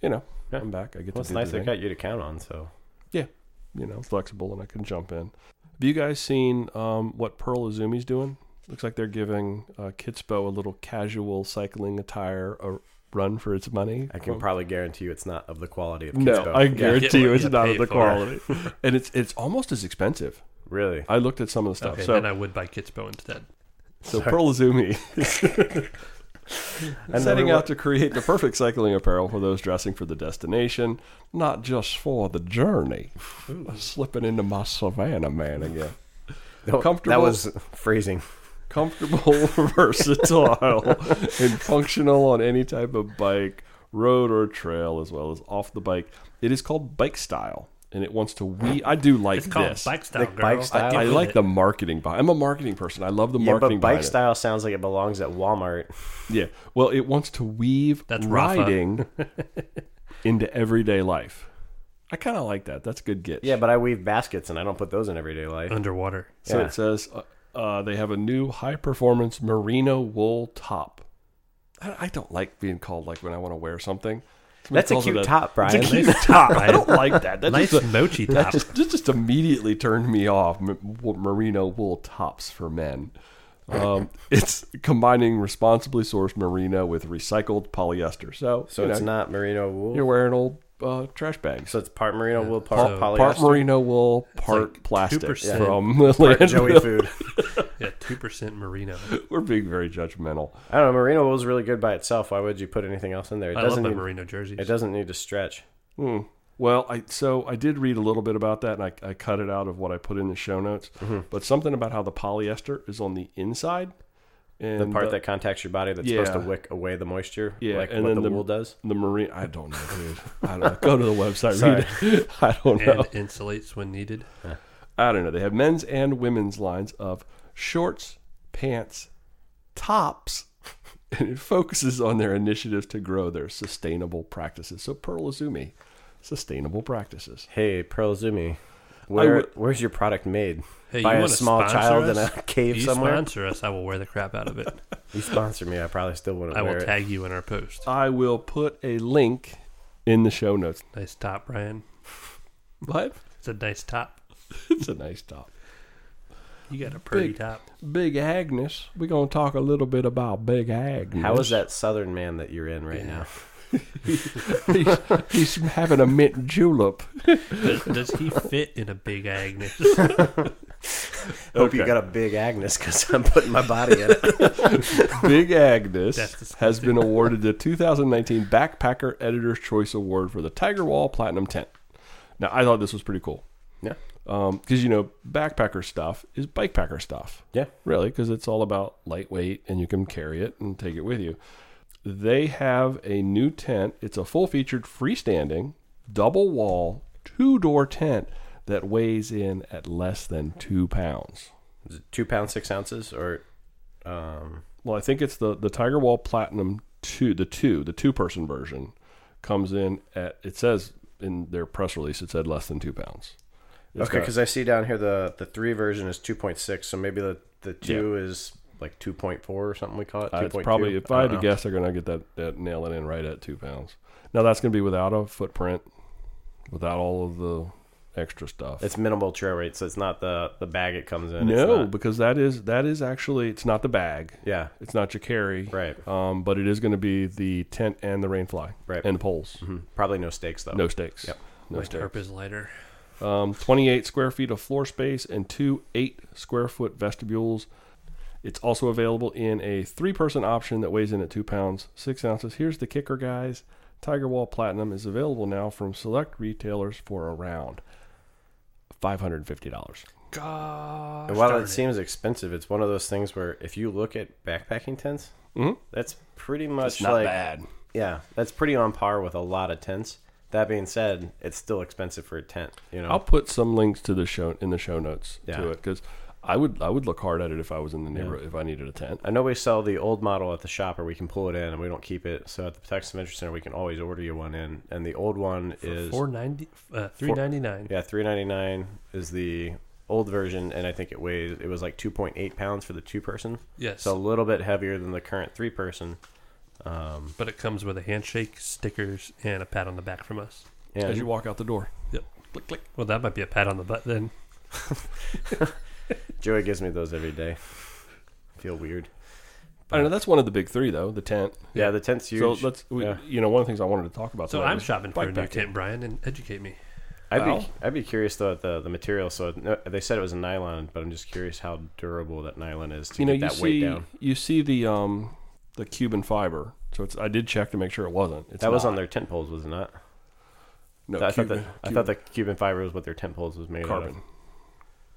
you know,
Yeah.
I'm back. I get
Well,
to
it's
do
nice
the
they
thing.
got you to count on. So
Yeah, you know, flexible, and I can jump in. Have you guys seen um, what Pearl Izumi's doing? Looks like they're giving uh, Kitspo a little casual cycling attire a run for its money.
I can probably guarantee you it's not of the quality of
No,
Kidspo.
I
Yeah,
guarantee
Yeah.
you it's
Yeah,
not
pay
of the
for
quality,
it.
and it's it's almost as expensive.
really.
I looked at some of the stuff.
Okay,
so
then I would buy Kitspo instead.
so Pearl Izumi
Another
setting
one-
out to create the perfect cycling apparel for those dressing for the destination, not just for the journey. Slipping into my Savannah man again.
No,
comfortable-
That was freezing.
comfortable, versatile, and functional on any type of bike, road or trail, as well as off the bike. It is called Bike Style, and it wants to. We I do like
It's called
this.
bike style,
Like
girl.
bike style.
Get
I
with
like
it.
the marketing behind. I'm a marketing person. I love the
Yeah,
marketing
but bike
behind it.
style sounds like it belongs at Walmart.
Yeah. Well, it wants to weave
That's Rafa.
riding into everyday life. I kind of like that. That's good get.
Yeah, but I weave baskets and I don't put those in everyday life.
underwater.
So
Yeah.
it says uh, uh, they have a new high performance merino wool top. I, I don't like being called like when I want to wear something. Somebody
That's a
calls it
cute top, Brian.
It's a cute top. I don't like that. That
Nice
just, uh,
mochi
that
top.
just, that just immediately turned me off. M- w- merino wool tops for men. Um, it's combining responsibly sourced merino with recycled polyester. So,
So
you
it's
know,
not merino wool.
you're wearing old uh, trash bags.
so it's part merino wool, part
Part,
polyester,
part merino wool, part
like
plastic
2%
from the
part Joey
landfill.
food.
Yeah, two percent merino.
We're being very judgmental.
I don't know. Merino wool is really good by itself. Why would you put anything else in there? It
I love
doesn't
my
need,
merino jerseys.
It doesn't need to stretch.
Hmm. Well, I so I did read a little bit about that, and I, I cut it out of what I put in the show notes.
Mm-hmm.
But something about how the polyester is on the inside, and
The part that contacts your body that's supposed to
yeah.
wick away the moisture,
yeah,
like
and
what
then
the, wool does.
the marine. I don't know, dude. I don't know. Go to the website,
Sorry.
read it. I don't know.
and insulates when needed.
I don't know. They have men's and women's lines of shorts, pants, tops, and it focuses on their initiatives to grow their sustainable practices. So Pearl Izumi, sustainable practices.
Hey, Pearl Zumi, where,
would-
where's your product made?
Hey,
by
you
a
want to
small
sponsor
child
us?
in a cave
you
somewhere?
sponsor us, I will wear the crap out of it.
You sponsor me. I probably still wouldn't
I
wear
will
it.
tag you in our post.
I will put a link in the show notes.
Nice top, Brian.
What?
It's a nice top.
It's a nice top.
You got a pretty
Big.
top.
Big Agnes. We're gonna talk a little bit about Big Agnes.
How is that Southern man that you're in right now?
he's, he's having a mint julep.
Does, does he fit in a big Agnes?
Hope you
Okay.
got a big Agnes because I'm putting my body in it.
Big Agnes
That's
has
disgusting.
been awarded the 2019 Backpacker Editor's Choice Award for the Tiger Wall Platinum Tent. Now, I thought this was pretty cool
Yeah,
because you know backpacker stuff is bikepacker stuff.
yeah.
really because it's all about lightweight and you can carry it and take it with you they have a new tent it's a full featured freestanding double wall two door tent that weighs in at less than two pounds
Is it two pounds six ounces or um,
well i think it's the the tiger wall platinum two the two the two person version comes in at it says in their press release it said less than two pounds It's
okay?
got-
Because I see down here the the three version is two point six, so maybe the the two is like two point four or something. We call it.
Uh,
2.2.
it's probably, if
don't
I had to
know.
guess, they're going to get that, that nail it in right at two pounds. Now that's going to be without a footprint, without all of the extra stuff.
it's minimal trail rate, so it's not the the bag it comes in. it's
no,
not-
because that is that is actually it's not the bag,
yeah,
it's not your carry,
Right.
Um, but it is going to be the tent and the rain fly,
Right.
and the poles.
Mm-hmm. probably no stakes though.
No stakes.
Yep.
No
My
stakes.
tarp is lighter.
Um, 28 square feet of floor space and two 8 square foot vestibules. It's also available in a three person option that weighs in at 2 pounds, 6 ounces. Here's the kicker, guys Tiger Wall Platinum is available now from select retailers for around $550.
gosh.
While
darn
it seems expensive, it's one of those things where if you look at backpacking tents,
Mhm.
that's pretty much
It's not
like
bad.
yeah, that's pretty on par with a lot of tents. That being said, it's still expensive for a tent. You know,
I'll put some links to the show in the show notes
Yeah.
to it because I would I would look hard at it if I was in the neighborhood if I needed a tent.
I know we sell the old model at the shop, or we can pull it in, and we don't keep it. So at the Texas Adventure Center, we can always order you one in, and the old one is
four ninety, uh, three ninety nine.
yeah, three ninety nine is the old version, and I think it weighs it was like two point eight pounds for the two person.
Yes.
so a little bit heavier than the current three person.
But it comes with a handshake, stickers, and a pat on the back from us.
Yeah,
As you walk out the door,
Yep. Click click. Well, that might be a pat on the butt then.
Joey gives me those every day. feel weird.
I don't know that's one of the big three though. The tent.
Yeah, the tent's huge.
So let's we,
Yeah.
you know one of the things I wanted to talk about.
So
tonight
I'm
was
shopping for a new
bikepacking.
tent, Brian, and educate me.
I'd be
Well-
I'd be curious though at the the material. So no, they said it was a nylon, but I'm just curious how durable that nylon is to
You know
get
you
that weight
see
down.
you see the um the Cuban fiber. So it's I did check to make sure it wasn't. It's
That was
not.
on their tent poles, was it not?
no
I thought
Cuban,
that I thought the Cuban fiber was what their tent poles was made out of.
carbon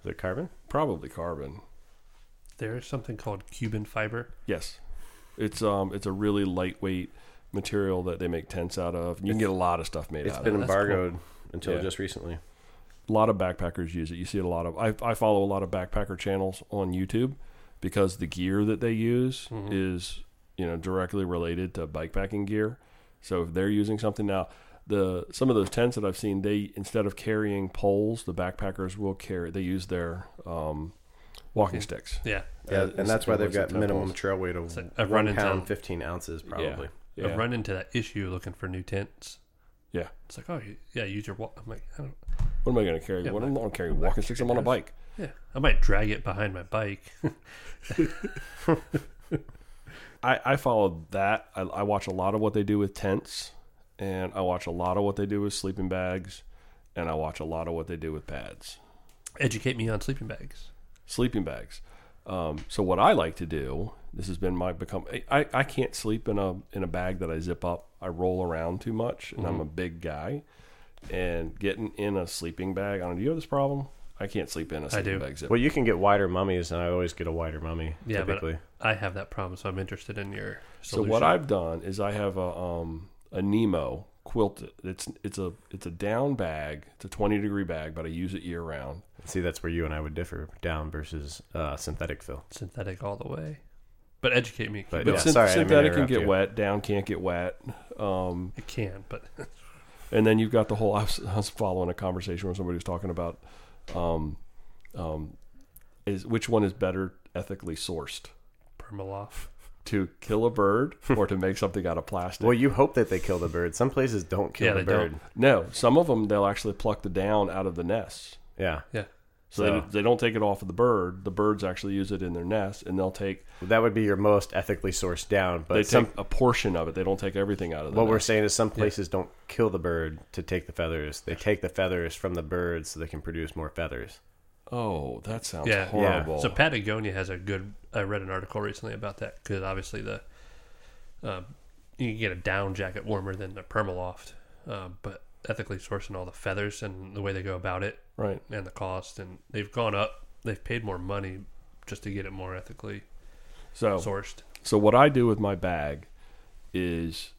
Is it carbon?
probably carbon.
There is something called Cuban fiber.
Yes, it's um it's a really lightweight material that they make tents out of. You can get a lot of stuff made
It's
out
been
of. it.
embargoed until
Yeah.
just recently.
a lot of backpackers use it. You see it a lot of. I, I follow a lot of backpacker channels on YouTube because the gear that they use is you know directly related to bikepacking gear. So if they're using something now, the some of those tents that I've seen, they instead of carrying poles, the backpackers will carry. They use their um, walking sticks.
Yeah.
Yeah,
Uh,
and that's why they've
it's
got
tent
minimum
poles.
trail weight of
like I've run
one
into-
pound fifteen ounces probably.
Yeah.
I've
Yeah.
run into that issue looking for new tents.
yeah.
It's like, oh you- yeah, use your wa I'm like, I don't.
What am I going to carry? what am I going to carry? Walking sticks. I'm on a bike.
Yeah, I might drag it behind my bike.
I, I follow that. I, I watch a lot of what they do with tents, and I watch a lot of what they do with sleeping bags, and I watch a lot of what they do with pads,
Educate me on sleeping bags.
sleeping bags. Um, so what I like to do, this has been my become. I, I can't sleep in a in a bag that I zip up. I roll around too much, and I'm a big guy. And getting in a sleeping bag, I don't. know, Do you have this problem? I can't sleep in a sleeping
do.
bag zip.
Well, you can get wider mummies, and I always get a wider mummy
Yeah,
typically.
but I have that problem, so I'm interested in your
So
solution.
what I've done is I have a um, a Nemo quilted. It's it's a it's a down bag. It's a twenty degree bag, but I use it year round.
See, that's where you and I would differ down versus uh, synthetic fill.
synthetic all the way, but educate me.
But
But
yeah,
syn-
sorry, I didn't mean to
synthetic can
interrupt
get
you.
wet. Down can't get wet. Um,
It can, but
and then you've got the whole. I was, I was following a conversation where somebody was talking about um, um, is which one is better ethically sourced
permaloft.
to kill a bird or to make something out of plastic.
Well, you hope that they kill the bird. Some places don't kill
Yeah,
the
they
bird.
don't.
no, some of them they'll actually pluck the down out of the nests.
Yeah,
Yeah,
So
So-
they, they don't take it off of the bird. The birds actually use it in their nest, and they'll take
that would be your most ethically sourced down. But
they
some,
take a portion of it. They don't take everything out of the
what we're
nest.
saying is some places don't kill the bird to take the feathers. They take the feathers from the bird so they can produce more feathers.
Oh, that sounds
Yeah. Yeah.
horrible.
so Patagonia has a good. I read an article recently about that because obviously the uh, you can get a down jacket warmer than the permaloft, uh, but ethically sourcing all the feathers and the way they go about it
right.
and the cost, and they've gone up. They've paid more money just to get it more ethically
So
sourced.
so what I do with my bag is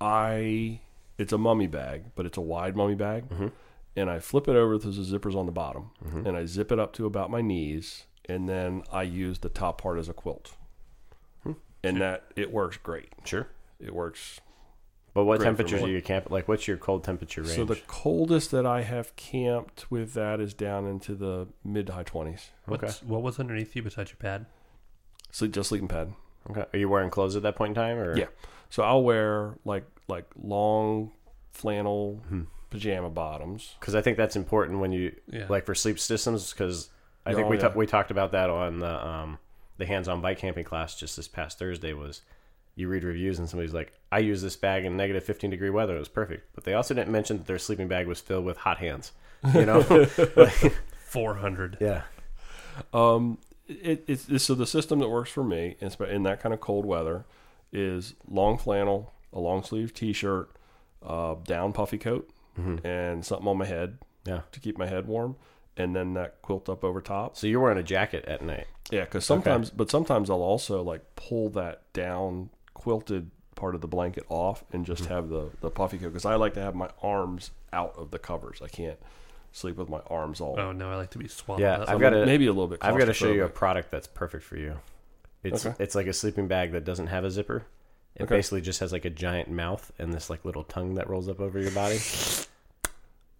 I it's a mummy bag, but it's a wide mummy bag, and I flip it over. There's a zippers on the bottom, and I zip it up to about my knees, and then I use the top part as a quilt, and that it works great.
Sure.
It works
But what
Great for
temperatures
what?
do you camp? Like, what's your cold temperature range?
So the coldest that I have camped with that is down into the mid to high twenties.
What's, What was underneath you besides your pad?
Sleep just sleeping pad.
okay. Are you wearing clothes at that point in time? Or
Yeah. So I'll wear like like long flannel pajama bottoms.
because I think that's important when you
Yeah.
like for sleep systems. Because I
Yeah,
think
oh,
we
yeah.
ta- we talked about that on the um, the hands-on bike camping class just this past Thursday was. You read reviews and somebody's like, "I used this bag in negative 15 degree weather. It was perfect." But they also didn't mention that their sleeping bag was filled with hot hands. You know?
Four hundred.
yeah.
Um, it, it's, it's so the system that works for me in, spe- in that kind of cold weather is long flannel, a long sleeve T-shirt, uh, down puffy coat, and something on my head
Yeah.
to keep my head warm, and then that quilt up over top.
So you're wearing a jacket at night.
Yeah, because sometimes, but sometimes I'll also like pull that down quilted part of the blanket off and just have the the puffy coat because I like to have my arms out of the covers. I can't sleep with my arms all.
Oh no, I like to be swallowed.
Yeah,
up.
I've got a,
maybe a little bit.
I've got to show you a
claustrophobic.
product that's perfect for you. It's
Okay.
it's like a sleeping bag that doesn't have a zipper. It
Okay.
basically just has like a giant mouth and this like little tongue that rolls up over your body.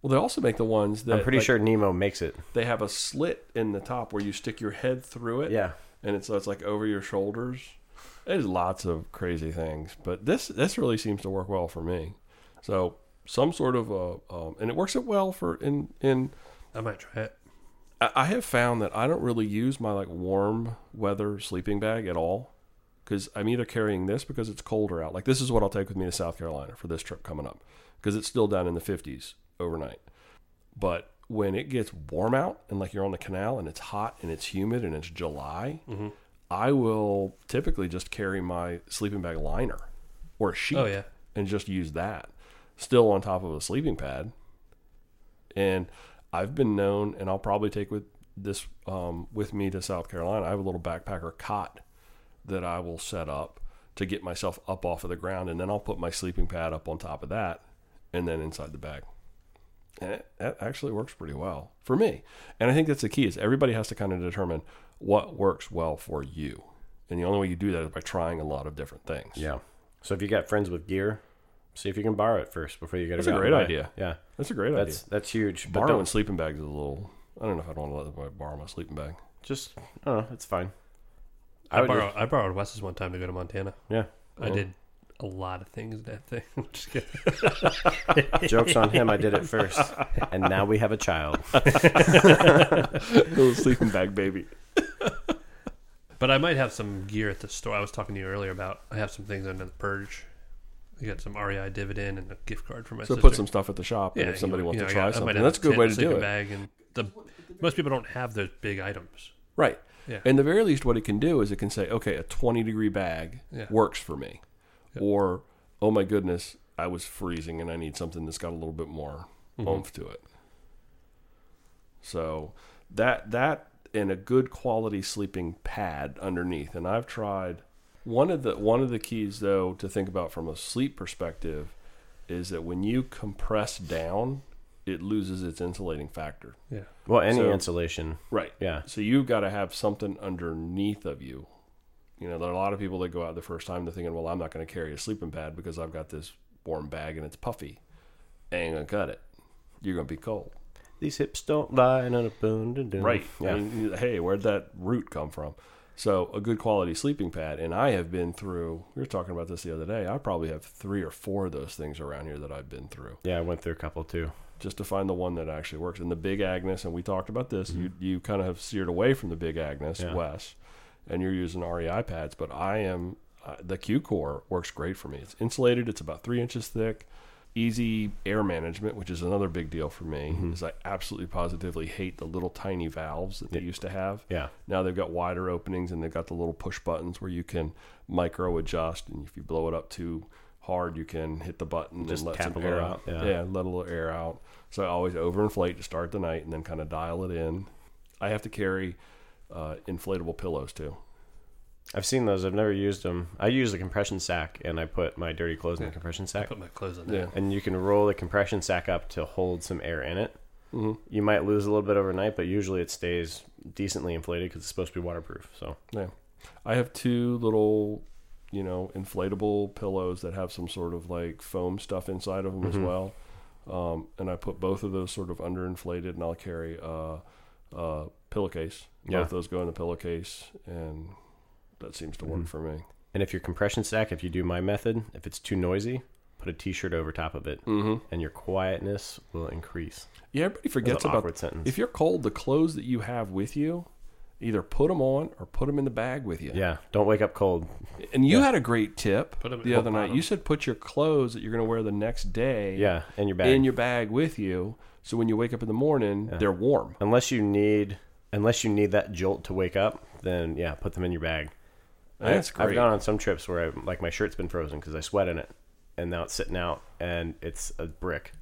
Well, they also make the ones that
I'm pretty
like,
sure Nemo makes it.
they have a slit in the top where you stick your head through it.
Yeah.
and it's so it's like over your shoulders. There's lots of crazy things, but this this really seems to work well for me. So some sort of a um, and it works it well for in in
I might try it.
I I have found that I don't really use my like warm weather sleeping bag at all because I'm either carrying this because it's colder out. Like this is what I'll take with me to South Carolina for this trip coming up because it's still down in the 50s overnight. But when it gets warm out and like you're on the canal and it's hot and it's humid and it's July,
Mm-hmm.
I will typically just carry my sleeping bag liner or a sheet
Oh, yeah.
and just use that still on top of a sleeping pad and I've been known, and I'll probably take with this um, with me to South Carolina. I have a little backpacker cot that I will set up to get myself up off of the ground, and then I'll put my sleeping pad up on top of that, and then inside the bag. And it, that actually works pretty well for me. And I think that's the key is everybody has to kind of determine what works well for you. And the only way you do that is by trying a lot of different things.
Yeah. So if you got friends with gear, see if you can borrow it first before you get it.
That's a
out of
great
the way.
idea.
Yeah.
That's a great
That's
idea.
that's huge. But
Borrowing
don't,
sleeping bags is a little. I don't know if I'd want to let everybody borrow my sleeping bag.
just oh, it's fine.
I,
would
borrowed, I borrowed Wes's one time to go to Montana.
Yeah.
Oh.
I did a lot of things in that thing. I'm just kidding.
Jokes on him. I did it first, and now we have a child.
little sleeping bag baby.
But I might have some gear at the store. I was talking to you earlier about I have some things under the purge. I got some REI dividend and a gift card for my
So
sister.
put some stuff at the shop, and if
you
somebody
know,
wants
you
to
know, I
try
got- I might
something,
have
that's a good
tent,
way to
sleeping
do it.
Bag and the, most people don't have those big items.
Right.
Yeah.
And the very least, what it can do is it can say, okay, a 20 degree bag
Yeah.
works for me. Or, oh my goodness, I was freezing and I need something that's got a little bit more
Mm-hmm.
oomph to it. So that, that, and a good quality sleeping pad underneath. And I've tried one of the, one of the keys though to think about from a sleep perspective is that when you compress down, it loses its insulating factor.
Yeah.
Well, any
So-
insulation.
Right.
Yeah.
So you've got to have something underneath of you. You know, there are a lot of people that go out the first time, they're thinking, well, I'm not going to carry a sleeping pad because I've got this warm bag and it's puffy. Ain't going to cut it. You're going to be cold.
These hips don't lie and a boon to do.
Right.
Yeah.
I mean, hey, where'd that root come from? So a good quality sleeping pad. And I have been through, we were talking about this the other day. I probably have three or four of those things around here that I've been through.
yeah, I went through a couple too.
just to find the one that actually works. And the Big Agnes, and we talked about this. You you kind of have steered away from the Big Agnes,
Mm-hmm. Yeah.
Wes, and you're using REI pads. But I am uh, the Q Core works great for me. It's insulated. It's about three inches thick. Easy air management, which is another big deal for me,
Mm-hmm.
is I absolutely positively hate the little tiny valves that they used to have.
Yeah.
Now they've got wider openings and they've got the little push buttons where you can micro adjust. And if you blow it up too hard, you can hit the button
Just
and let
tap
some
a little
air
out,
out.
yeah.
yeah, let a little air out. So I always overinflate to start the night and then kind of dial it in. I have to carry uh, inflatable pillows too.
I've seen those. I've never used them. I use a compression sack, and I put my dirty clothes in the compression sack.
Put my clothes on
Yeah.
there.
and you can roll the compression sack up to hold some air in it.
Mm-hmm.
You might lose a little bit overnight, but usually it stays decently inflated because it's supposed to be waterproof. So
Yeah. I have two little, you know, inflatable pillows that have some sort of like foam stuff inside of them
Mm-hmm.
as well. Um, and I put both of those sort of underinflated, and I'll carry a, a pillowcase. Both
Yeah.
of those go in the pillowcase, and that seems to
Mm-hmm.
work for me.
And if your compression stack, if you do my method, if it's too noisy, put a t-shirt over top of it, mm-hmm. and your quietness will increase.
Yeah, everybody forgets about
awkward sentence.
If you're cold, the clothes that you have with you, either put them on or put them in the bag with you.
Yeah, don't wake up cold.
And you had a great tip
Put 'em in
the
the
other night.
bottom.
You said put your clothes that you're going to wear the next day.
Yeah, in your bag.
in your bag with you. So when you wake up in the morning, they're warm.
unless you need, unless you need that jolt to wake up, then yeah, put them in your bag.
That's
I- I've
great.
gone on some trips where I, like my shirt's been frozen because I sweat in it, and now it's sitting out and it's a brick.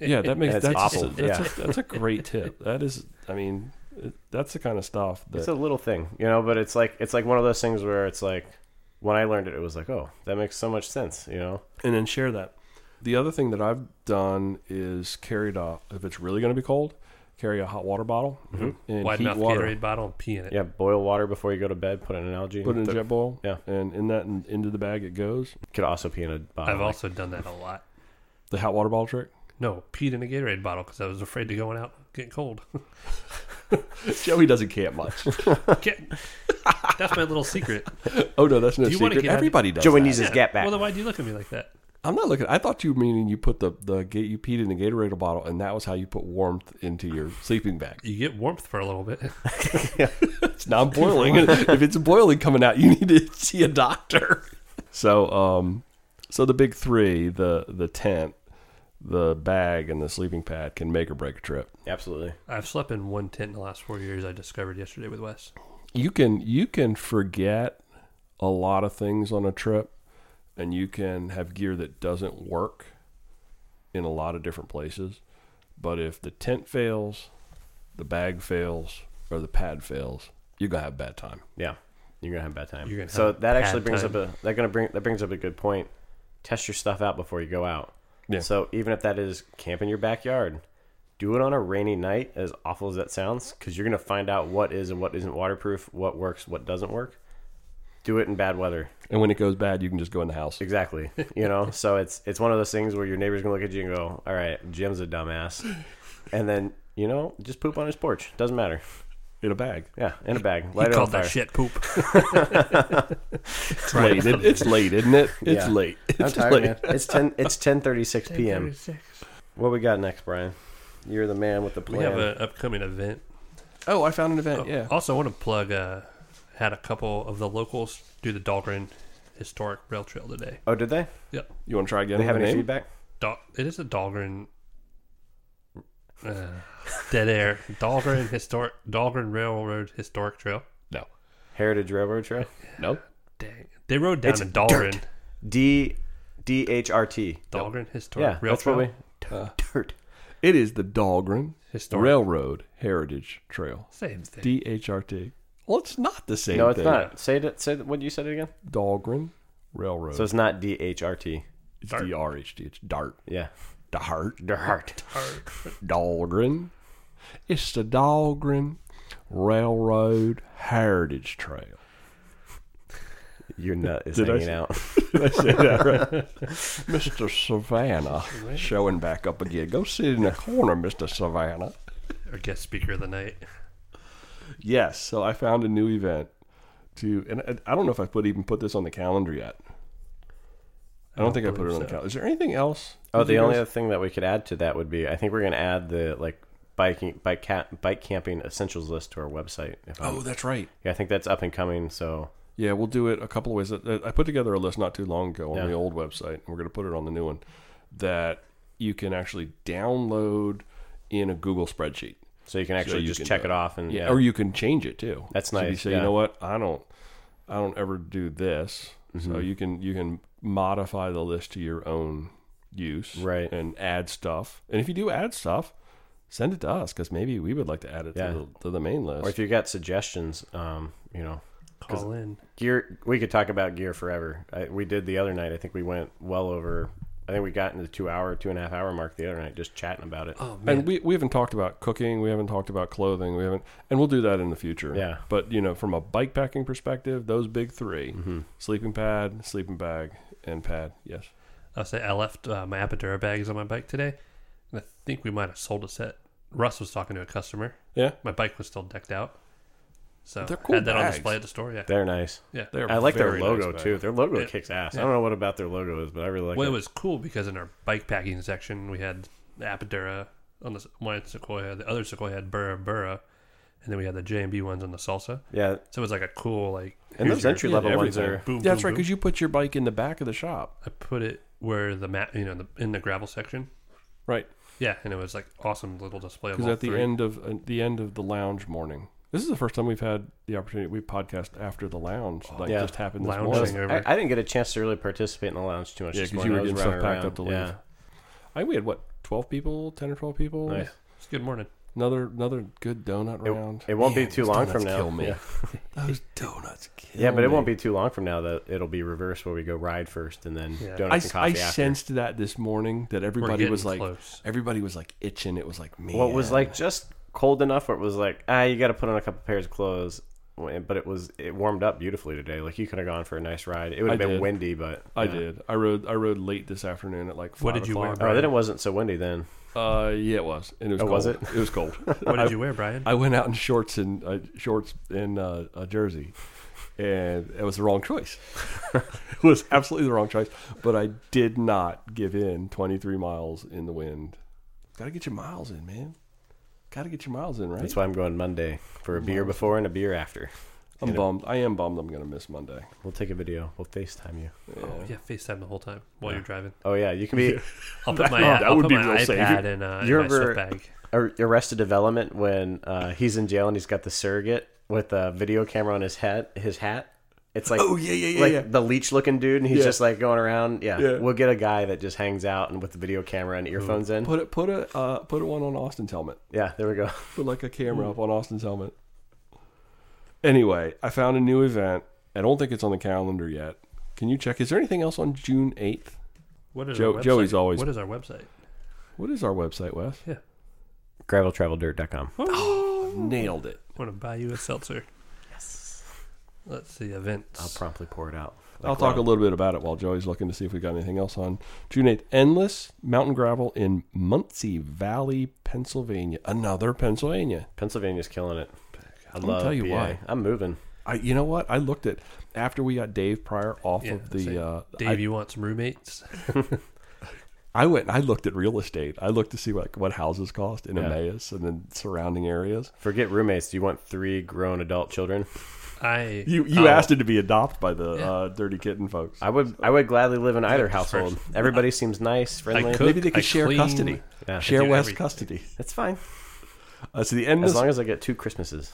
yeah, that makes
And
that's
it's
that's, a,
awful,
that's, a, that's a great tip. That is, I mean, it- that's the kind of stuff that
It's a little thing, you know, but it's like it's like one of those things where it's like when I learned it, it was like, oh, that makes so much sense, you know.
and then share that. The other thing that I've done is carried a if it's really going to be cold, carry a hot water bottle and
Mm-hmm. Wide
heat
mouth
water.
Gatorade bottle and pee in it.
Yeah, boil water before you go to bed. Put in an algae.
Put it in a
th-
jet boil,
Yeah.
and in that and into the bag it goes.
Could also pee in a bottle.
I've also done that a lot.
The hot water bottle trick.
No, peed in a Gatorade bottle because I was afraid to going out and get cold.
Joey doesn't camp much.
Get- That's my little secret.
oh no, that's no
Do you wanna
secret.
get out of-
Everybody does.
Joey
that.
needs his gap back.
Well, then why do you look at me like that?
I'm not looking. I thought you meaning you put the the gate you peed in the Gatorade bottle, and that was how you put warmth into your sleeping bag.
You get warmth for a little bit.
It's not boiling. if it's boiling coming out, you need to see a doctor. So, um, so the big three the the tent, the bag, and the sleeping pad can make or break a trip.
Absolutely.
I've slept in one tent in the last four years. I discovered yesterday with Wes.
you can you can forget a lot of things on a trip and you can have gear that doesn't work in a lot of different places but if the tent fails the bag fails or the pad fails you're gonna have a bad time
Yeah, you're gonna have a bad time.
You're gonna
so
have
that
a
actually
bad
brings
time.
up a that gonna bring that brings up a good point. Test your stuff out before you go out.
Yeah.
So even if that is camp in your backyard, do it on a rainy night. As awful as that sounds, because you're gonna find out what is and what isn't waterproof, what works, what doesn't work. Do it in bad weather.
and when it goes bad you can just go in the house
Exactly. You know, so it's it's one of those things where your neighbor's gonna look at you and go, "All right, Jim's a dumbass," and then you know, just poop on his porch. Doesn't matter.
in a bag
Yeah, in a bag.
I
Light it on
called
fire.
that shit poop.
it's late It- it's late isn't it it's
Yeah.
late it's
I'm tired,
late
man. It's ten. It's ten thirty six p.m. What we got next, Brian? You're the man with the
We
plan.
have an upcoming event.
oh i found an event yeah
Also, I want to plug. Uh, had a couple of the locals do the Dahlgren Historic Rail Trail today.
oh, did they?
Yep.
you want to try again
They have
with
any
the name?
feedback?
Dal- it is a Dahlgren. Uh, dead air. Dahlgren Historic Dahlgren Railroad Historic Trail.
no
Heritage Railroad Trail.
no
Dang, they rode down in Dahlgren.
D D H R T.
Dahlgren Historic
Yeah,
Rail
that's
Trail.
what we. dirt.
it is the dahlgren
Historic.
railroad heritage trail
Same thing.
DHRT. Well, it's not the same
No, it's
thing.
not. Say that. Say that. What you said it again.
Dahlgren Railroad.
So it's not D H R T.
it's DRHD. It's DART.
Yeah.
DART.
Dirt.
Dahlgren. It's the Dahlgren Railroad Heritage Trail.
Your nut is
Did I
hanging
say-
out.
Did I say that right? Mr. Savannah showing back up again. Go sit in the corner, Mr. Savannah.
Our guest speaker of the night.
Yes, so I found a new event to, and I- I don't know if I put even put this on the calendar yet. I don't, think I put it on the calendar. Is there anything else?
Oh,
that
the
you
only
guys-
other thing that we could add to that would be I think we're going to add the like biking bike cat bike camping essentials list to our website. If I'm-
Oh, that's right.
yeah, I think that's up and coming. So
Yeah, we'll do it a couple of ways. I- I put together a list not too long ago on
Yeah.
the old website, and we're going to put it on the new one that you can actually download in a Google spreadsheet.
so you can actually
you
just
can
check
do
it off and yeah,
or you can change it too.
That's
So you
nice,
say,
yeah.
you know what, I don't, I don't ever do this.
Mm-hmm.
So you can you can modify the list to your own use,
Right.
And add stuff. And if you do add stuff, send it to us because maybe we would like to add it to,
Yeah.
the, to the main list.
or if you got suggestions, um, you know,
Call in.
gear. We could talk about gear forever. I, we did the other night. I think we went well over. I think we got into the two hour, two and a half hour mark the other night, just chatting about it.
Oh man,
and we, we haven't talked about cooking we haven't talked about clothing we haven't and we'll do that in the future
Yeah.
but you know from a bike packing perspective those big 3
Mm-hmm.
sleeping pad sleeping bag and pad yes
I'll say I left uh, my Apodura bags on my bike today, and I think we might have sold a set. Russ was talking to a customer.
yeah
My bike was still decked out, so
They're cool
had that
bags.
on display at the store. Yeah,
They're nice.
yeah.
They're
I like their
very
logo
nice
too.
bags.
Their logo kicks ass. I don't know what about their logo is, but I really like
well,
it.
it was cool because in our bike packing section we had the Apodura on the one Sequoia, the other Sequoia had Burra Burra, and then we had the J and B ones on the Salsa.
yeah,
So it was like a cool like.
and those entry level ones
everything.
are
Boom,
yeah, that's
boom,
right because you put your bike in the back of the shop
I put it where the mat, you know, the, in the gravel section.
right
Yeah, and it was like awesome little display. of
because
all
at the
three.
end of at the end of the lounge morning this is the first time we've had the opportunity we podcast after the lounge like
Yeah.
just happened this
Lounging
morning
over.
I, I didn't get a chance to really participate in the lounge too much.
yeah
this
because you
morning.
were
I was
getting stuff
running
packed
around.
up to leave
Yeah.
I we had what 12 people, 10 or 12 people.
Nice.
It's good morning.
Another another good donut round.
it won't be
Man,
too
those
long
donuts
from now.
Kill me.
Yeah.
Those donuts kill
Yeah, but it won't
me.
be too long from now that it'll be reversed where we go ride first and then
Yeah.
I,
donuts and
I
coffee after.
sensed that this morning that everybody
getting
was like
close.
everybody was like itching. It was like man.
What was like just cold enough where it was like, ah, you got to put on a couple pairs of clothes. But it was it warmed up beautifully today. Like you could have gone for a nice ride. It would have
I
been
did.
windy, but
I
yeah.
did. I rode. I rode late this afternoon at like. Five
What did you wear,
o'clock.
Oh, then it wasn't so windy then.
Uh, yeah, it was. And it was.
Oh,
cold.
was
It was cold.
What did you wear, Brian?
I went out in shorts and uh, shorts in uh, a jersey, and it was the wrong choice. it was absolutely the wrong choice. But I did not give in. Twenty three miles in the wind. Got to get your miles in, man. Got to get your miles in, right?
That's why I'm going Monday for a beer before and a beer after.
I'm bummed. I am bummed. I'm gonna miss Monday.
We'll take a video. We'll FaceTime you.
Yeah, FaceTime the whole time while you're driving.
Oh yeah, you can be
I'll put my,
Oh, that
I'll
would
put
be
my
real safe.
iPad in, uh, in
You're
my soft
ever-
bag.
Ar- Arrested Development when uh, he's in jail and he's got the surrogate with a video camera on his head. His hat. It's like
Oh, yeah, yeah, yeah,
like
yeah.
the leech looking dude, and he's
Yeah.
just like going around. Yeah.
Yeah.
we'll get a guy that just hangs out and with the video camera and earphones in.
Put it. Put a. Uh, put one on Austin's helmet.
yeah, there we go.
put like a camera up on Austin's helmet. Anyway, I found a new event. I don't think it's on the calendar yet. Can you check? Is there anything else on June eighth?
What is
Joe-
our website?
Joey's always-
What is our website?
What is our website, Wes?
Yeah.
GravelTravelDirt.com.
Nailed it.
want to buy you a seltzer. Yes. Let's see events.
I'll promptly pour it out.
I'll talk a little bit about it while Joey's looking to see if we got anything else on June eighth. Endless Mountain Gravel in Muncie Valley, Pennsylvania. Another Pennsylvania.
Pennsylvania's killing it. I
gonna
love
tell you
PA.
why.
I'm moving.
I, you know what? I looked at after we got Dave Pryor off
Yeah,
of
that's it.
the. Uh,
Dave,
I-
you want some roommates?
I went. and I looked at real estate. I looked to see like what houses cost in Emmaus and then surrounding areas.
Forget roommates. Do you want three grown adult children?
I
You you
Oh,
asked it to be adopted by the uh, dirty kitten folks.
I would. I would gladly live in either
just
household. Everybody seems nice, friendly.
cook.
Maybe they could
I
share
clean.
custody,
Yeah.
share
I do
West
everything.
custody.
That's fine.
Uh, so the end
As
is
long as I get two Christmases.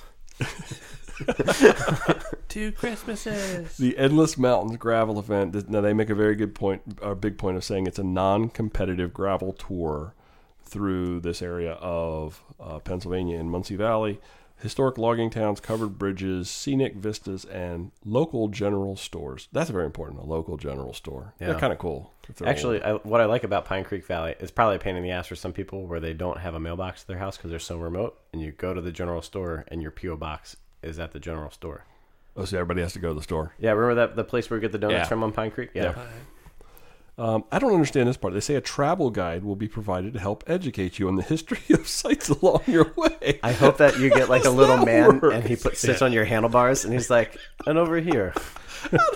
two Christmases.
the endless mountains gravel event. Th- Now they make a very good point, a big point of saying it's a non-competitive gravel tour through this area of uh, Pennsylvania in Muncie Valley. Historic logging towns, covered bridges, scenic vistas, and local general stores. That's very important. A local general store. Yeah,
Yeah.
kind of cool. if they're
Actually, I, what I like about Pine Creek Valley is probably a pain in the ass for some people where they don't have a mailbox at their house because they're so remote, and you go to the general store and your PO box is at the general store.
old. oh, so everybody has to go to the store.
Yeah, remember that the place where we get the donuts
Yeah.
from on Pine Creek? Yeah.
Um, I don't understand this part. They say a travel guide will be provided to help educate you on the history of sites along your way.
I hope that you get like a
How's
little
that
man
work?
and he put, sits on your handlebars and he's like, and over here.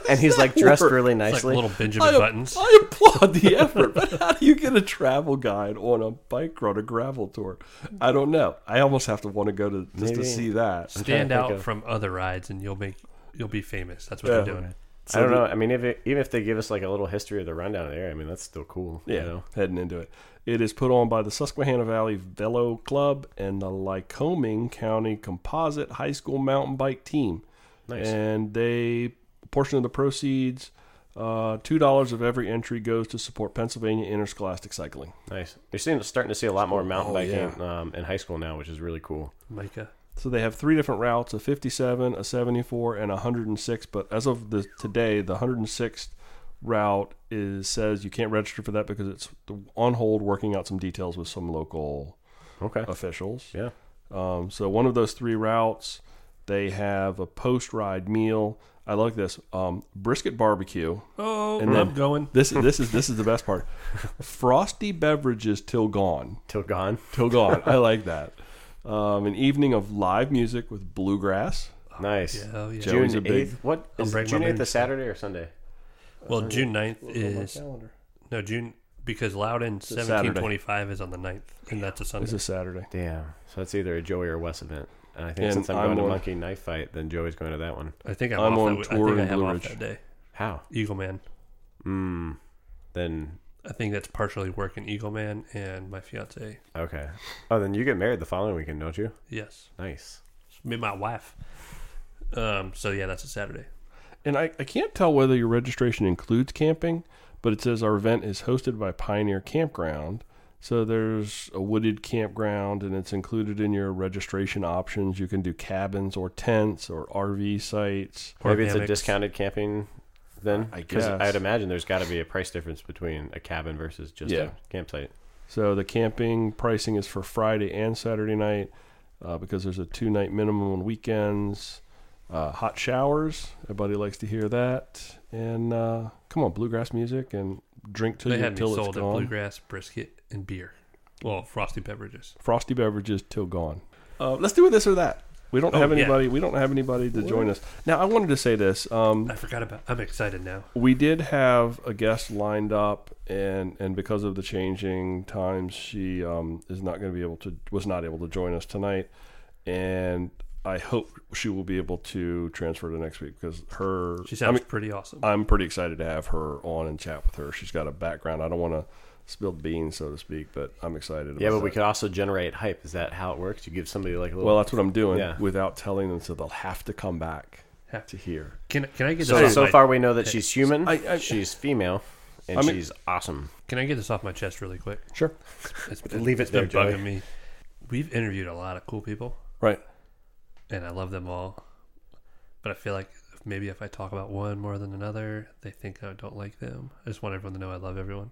and he's like dressed
work?
really
It's like
nicely.
little Benjamin
I,
Buttons.
I applaud the effort, but how do you get a travel guide on a bike run, a gravel tour? I don't know. I almost have to want to go to just to
Maybe.
see that.
trying
Stand
to think
out
of-
from other rides, and you'll make you'll be famous. That's what
Yeah.
they're doing.
I don't know. I mean, if it, even if they give us like a little history of the rundown of the area, I mean, that's still cool. you
Yeah,
know?
heading into it. It is put on by the Susquehanna Valley Velo Club and the Lycoming County Composite High School Mountain Bike Team.
Nice.
And they a portion of the proceeds, uh, two dollars of every entry goes to support Pennsylvania Interscholastic Cycling.
Nice. You're seeing, starting to see a lot more mountain
Oh,
biking um, in high school now, which is really cool.
Micah,
So they have three different routes: a 57, a 74, and a 106. But as of the today, the 106th route is says you can't register for that because it's on hold, working out some details with some local
Okay.
officials.
Yeah.
Um, so one of those three routes, they have a post ride meal. I like this um, brisket barbecue.
oh,
And then-
I'm going.
This this is this is the best part. Frosty beverages till gone,
Till gone.
till gone. I like that. Um, an evening of live music with bluegrass.
Nice.
Yeah, oh,
Joey-
yeah.
June
Joey's a big-
8th. What
I'll
is
break my
June 8th
mood.
a Saturday or Sunday?
Well, June 9th is no June because Loudon
Saturday.
seventeen twenty five is on the 9th, and that's a Sunday.
This is Saturday.
Damn. So that's either a Joey or Wes event. And I think
And
since I'm,
I'm
going
on-
to Monkey Knife Fight, then Joey's going to that one.
I think I'm,
I'm
off
on
that,
tour
I think I
in
have
Blue
off
Ridge.
that day.
How?
Eagle Man.
Then
I think that's partially work in Eagle Man and my fiance.
okay. Oh, then you get married the following weekend, don't you?
Yes,
Nice.
me and my wife. Um. So yeah, that's a Saturday.
And I, I can't tell whether your registration includes camping, but it says our event is hosted by Pioneer Campground. So there's a wooded campground, and it's included in your registration options. You can do cabins or tents or RV sites.
Or
Maybe it's a
hammocks.
discounted camping then?
I
'Cause
guess.
I'd imagine there's got to be a price difference between a cabin versus just
Yeah.
a campsite.
So the camping pricing is for Friday and Saturday night uh, because there's a two night minimum on weekends. Uh, hot showers, everybody likes to hear that. And uh, come on, bluegrass music and drink till
They
you
had me
till it's
sold at
gone.
bluegrass, brisket, and beer. Well, frosty beverages.
Frosty beverages till gone. Uh, let's do this or that. We don't
Oh,
have
yeah.
anybody. We don't have anybody to join us. Now, I wanted to say this. Um,
I forgot about. I'm excited now.
we did have a guest lined up and and because of the changing times she um, is not going to be able to was not able to join us tonight and i hope she will be able to transfer to next week because her
She
I
sounds
mean,
pretty awesome.
uh,
i'm pretty excited to have her on and chat with her she's got a background i don't want to spill beans so to speak but i'm excited about
Yeah, but we
that.
could also generate hype. Is that how it works? You give somebody like a little.
well that's what i'm doing
Yeah.
without telling them so they'll have to come back
Have
to
to.
hear
Can can I get this
so,
off
so
my-
far, we know that she's human,
I- I-
she's female, and
I mean-
she's awesome.
Can I get this off my chest really quick?
sure
It's
Leave it
it's been
there, Joey.
bugging me. We've interviewed a lot of cool people,
right
and I love them all. But I feel like if- maybe if I talk about one more than another, they think I don't like them. I just want everyone to know I love everyone.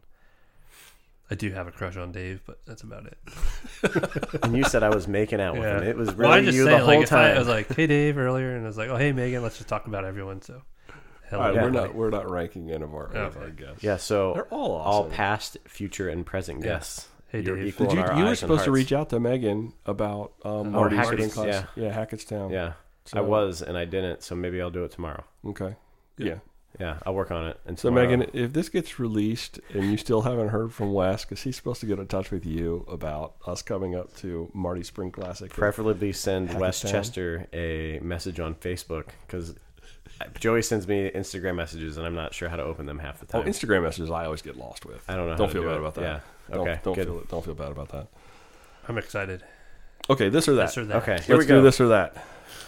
I do have a crush on Dave, but that's about it.
And you said I was making out with him. It was really
Well, I just
you
say,
the
like,
whole
if I,
time.
I was like, "Hey, Dave," earlier, and I was like, "Oh, hey, Megan, let's just talk about everyone." So, hello,
all right we're
everybody.
not we're not ranking any of our, any of our
Okay.
guests
yeah, so
They're all
all
awesome.
past, future, and present guests.
Hey,
You're
Dave.
equal
Did
in
you,
our
you were
eyes and
supposed to
hearts.
reach out to Megan about um, Marty's
Hackett's,
class.
yeah.
Hackettstown.
Yeah, I
So-
was, and I didn't. So maybe I'll do it tomorrow.
Okay. Yeah.
Yeah, I'll work on it. And
So
tomorrow-
Megan, if this gets released and you still haven't heard from Wes, because he's supposed to get in touch with you about us coming up to Marty Spring Classic.
preferably send
Hackettstown.
Westchester a message on Facebook because Joey sends me Instagram messages, and I'm not sure how to open them half the
Oh,
time.
Instagram messages I always get lost with.
I don't know how
Don't
to
feel
do
bad
it.
about that.
Yeah.
Don't-
Okay,
Don't,
good.
feel don't feel bad about that.
I'm excited.
Okay. This or that.
This or that.
okay, here
Let's
we
do
go.
this or that.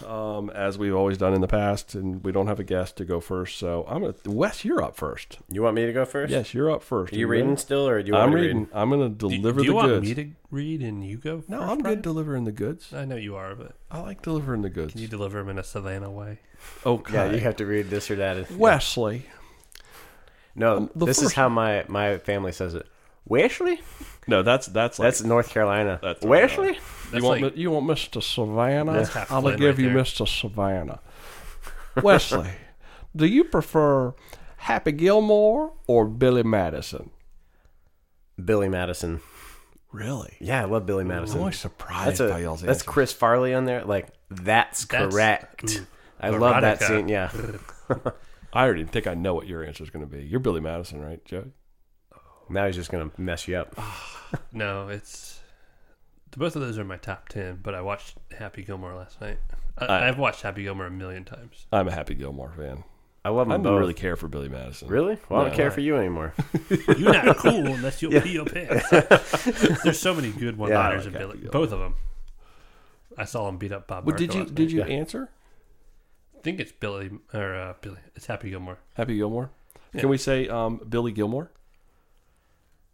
Um, as we've always done in the past, and we don't have a guest to go first, so I'm gonna Wes, you're up first.
You want me to go first?
Yes, you're up first.
Are you
ready?
reading still, or do you want
I'm
me to
reading.
Read?
I'm gonna
Do,
deliver
do you
the
want
goods.
me to read and you go?
No,
first,
I'm
Brian?
good delivering the goods.
I know you are, but
I like delivering the goods.
can you deliver them in a Savannah way?
okay.
Yeah, you have to read this or that.
Wesley.
No,
um, the
this is
first
how my my family says it. Wesley?
No, that's that's like,
That's North Carolina.
That's North
Wesley?
That's
you want
like
mi- you want Mr. Savannah.
That's half
I'm gonna
Flynn
give
right
you
there.
Mr. Savannah. Wesley, do you prefer Happy Gilmore or Billy Madison?
Billy Madison.
Really?
Yeah, I love Billy Madison.
I'm always surprised
that's a,
by y'all's
that's
answers.
Chris Farley on there. Like that's,
That's-
correct.
ooh,
I love that
erotica.
scene. Yeah,
I already think I know what your answer is going to be. You're Billy Madison, right, Joe?
now he's just gonna mess you up.
no, it's the both of those are my top ten. But I watched Happy Gilmore last night. I,
I-
I've watched Happy Gilmore a million times.
I'm a Happy Gilmore fan.
I love
I
him
don't
Hmm, both.
really care for Billy Madison.
Really? Well, I
No.
don't care for you anymore.
You're not cool unless you pee your pants. There's so many good one liners
Yeah,
in Billy. Both of them. I saw him beat up Bob.
Well,
Barker
did you
last
did you
night.
answer?
I think it's Billy or uh, Billy. It's Happy Gilmore.
Happy Gilmore. Can we say um, Billy Gilmore?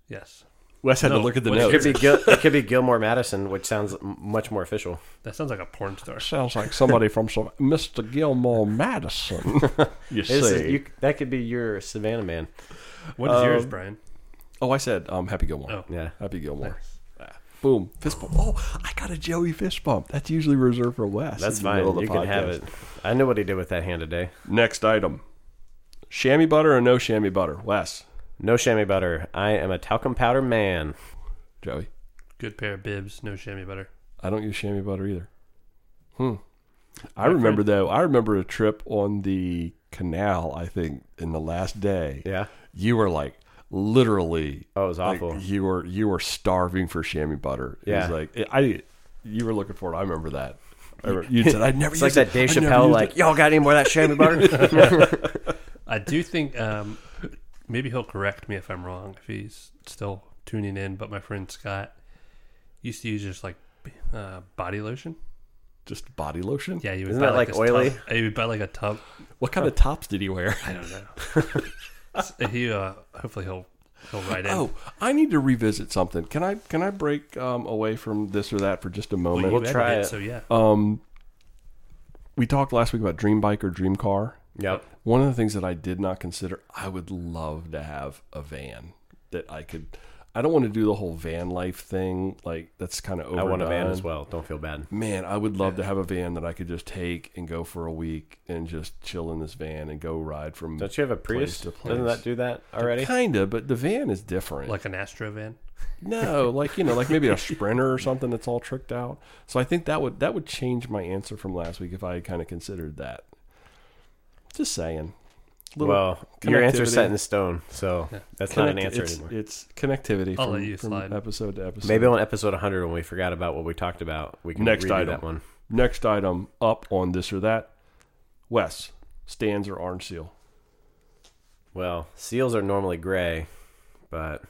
Yes,
Wes had
No, Wes
It could be Gil- it could be Gilmore Madison, which sounds m- much more official.
that sounds like a porn star.
Sounds like somebody from some Mr. Gilmore Madison. you see?
This is- you- that could be your Savannah man.
What is yours, Brian?
oh, I said um, Happy Gilmore.
Oh.
Um, Yeah.
Happy Gilmore. Boom. Fist bump. Oh, I got a Joey fist bump. That's usually reserved for Wes.
That's
in the middle
fine.
of the
You can have
podcast.
it. I know what he did with that hand today.
Next item. Chamois butter or no chamois butter? Wes.
No chamois butter. I am a talcum powder man.
Joey.
Good pair of bibs, no chamois butter.
I don't use chamois butter either. Hmm. I remember though. I remember a trip on the canal. I think in the last day.
Yeah.
You were like literally.
Oh, it was
like,
awful.
you were you were starving for chamois butter. It
Yeah.
was like it- I. You were looking for it. I remember that. I remember, you said I'd never.
It's like
used
that
it.
Dave
I never
Chappelle,
used
like,
it."
y'all got any more of that chamois butter?
I do think um, maybe he'll correct me if I'm wrong if he's still tuning in. But my friend Scott used to use just like uh, body lotion.
just body lotion.
Yeah, you would
Isn't
buy
that, like,
this tub-
oily?
he would buy like a tub.
What kind of tops did he wear?
I don't know. he uh, hopefully he'll He'll write in.
Oh, I need to revisit something. Can I can I break um, away from this or that for just a
Well,
moment?
you
We'll
edited
try
it,
it. Oh.
So yeah,
we talked last week about dream bike or dream car.
Yep.
One of the things that I did not consider, I would love to have a van that I could. I don't want to do the whole van life thing. Like that's kind of overdone.
I want a van as well. Don't feel bad.
Man, I would love to have a van that I could just take and go for a week and just chill in this van and go ride from.
Don't you have a
place
Prius?
to
Doesn't
place.
that do that already?
Kinda, but the van is different.
like an Astro van.
No, like you know, like maybe a sprinter or something that's all tricked out. So I think that would that would change my answer from last week if I had kind of considered that. Just saying. Little
Well, your
connectivity.
answer's set in stone, so that's not an
Connect-
answer
it's,
anymore.
It's connectivity
I'll
from,
let you
from
slide.
episode to episode.
Maybe on episode 100 when we forgot about what we talked about, we can
Next
redo
item.
that one.
Next item up on this or that. Wes stands or orange seal.
Well, seals are normally gray, but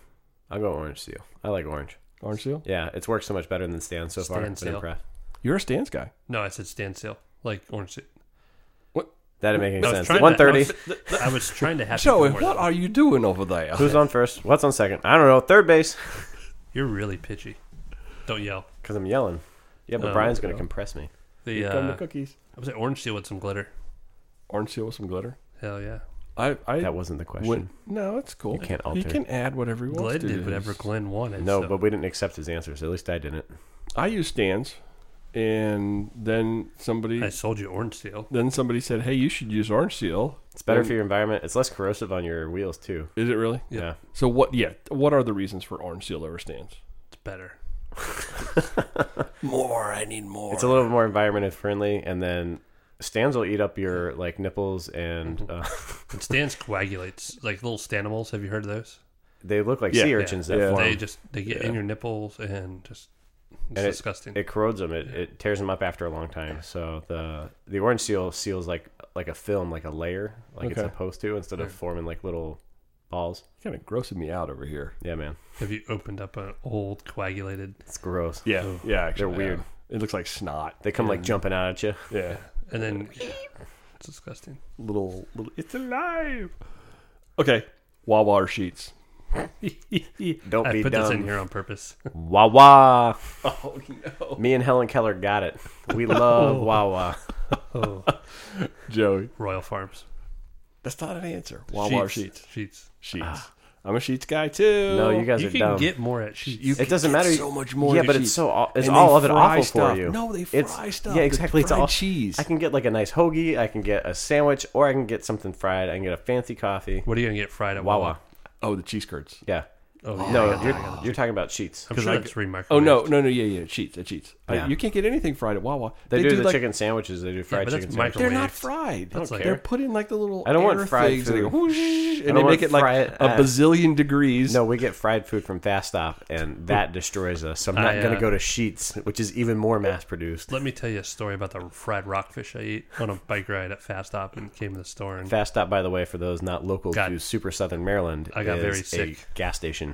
I'll go orange seal. I like orange.
Orange seal.
Yeah, it's worked so much better than Stan so far.
Stan
Been
seal.
impressed.
You're a stands guy.
No, I said standstill, like orange. Seal.
What?
That'd make any
I was
sense.
trying to-
130.
I was, I was trying to have.
Joey,
you for more
what
than-
are you doing over there?
Who's on first? What's on second? I don't know. Third base.
You're really pitchy. Don't yell.
Because I'm yelling. Yeah, but
Oh,
Brian's going to compress me.
The,
Come the
uh,
cookies.
I was at orange seal with some glitter.
Orange seal with some glitter.
Hell yeah.
I, I
That wasn't the question.
When, no, it's cool. You
can't
He
alter
can add whatever he wants
Glenn
to.
did
to
whatever
his-
Glenn wanted.
No,
so-
but we didn't accept his answers. At least I didn't.
I use stands, and then somebody
I sold you orange seal.
then somebody said, "Hey, you should use orange seal.
It's better for your environment. It's less corrosive on your wheels too.
Is it really?
Yeah.
Yeah.
So what? Yeah. What are the reasons for orange seal over stands?
It's better.
More. I need more.
It's a little more environment friendly, and then stands will eat up your like nipples, and
Mm-hmm.
uh,
And stands coagulates like little stanimals. Have you heard of those?
they look like
Yeah,
sea
yeah,
urchins that
yeah.
form.
They just they get in your nipples and just it's
And it-
disgusting.
It corrodes them. It, it tears them up after a long time. So the the orange seal seals like like a film, like a layer, like it's
Okay.
supposed to, instead of forming like little balls.
kind of grossing me out over here.
Yeah, man,
Have you opened up an old coagulated
it's gross.
Yeah. yeah. Actually,
They're weird.
yeah. It looks like snot.
They come like jumping out at you.
Yeah.
and then it's disgusting.
Little. Little. It's alive. Okay. Wawa or sheets.
Don't
I
be
put this in
dumb.
here on purpose.
Wawa.
Oh no,
Me and Helen Keller got it. We love Wawa.
Oh,
Joey.
Royal Farms.
That's not an answer. Wawa or sheets.
Sheets.
Sheets. Ah. I'm a sheets guy too.
No, you guys
You
are
can
dumb.
get more at Sheets.
You
it
can
doesn't
get
matter.
So much more.
Yeah,
than
but it's
cheese.
so aw- it's
And they
all of it
fry
awful
stuff.
for you.
No, they
It's-
fry stuff.
Yeah,
They
exactly. it's
fry
all
cheese.
I can get like a nice hoagie. I can get a sandwich, or I can get something fried. I can get a fancy coffee.
what are you gonna get fried at
Wawa.
oh, the cheese curds.
Yeah.
Oh,
no, you're, you're talking about sheets.
I'm sure it's remicrowaved.
Oh no, no, no, yeah, yeah, cheats, uh, cheats. Uh,
Yeah.
you can't get anything fried at Wawa.
They, do, the
like,
chicken sandwiches. They do fried
but that's
chicken sandwiches.
micro-
They're not
waves.
fried.
That's like-
they're put in like the little.
I don't want
air
fried
things, and they
food.
go whoosh, and they
don't
make
want
it like
fried-
a
uh,
bazillion degrees.
No, we get fried food from Fast Stop,
Hmm.
and that destroys us. So I'm
I,
not going
uh,
to go to sheets, which is even more mass produced.
Let me tell you a story about the fried rockfish I ate on a bike ride at Fast Stop and came to the store and
Fast Stop, by the way, for those not local
God.
to super southern Maryland,
I got
is
very
a
sick.
gas station.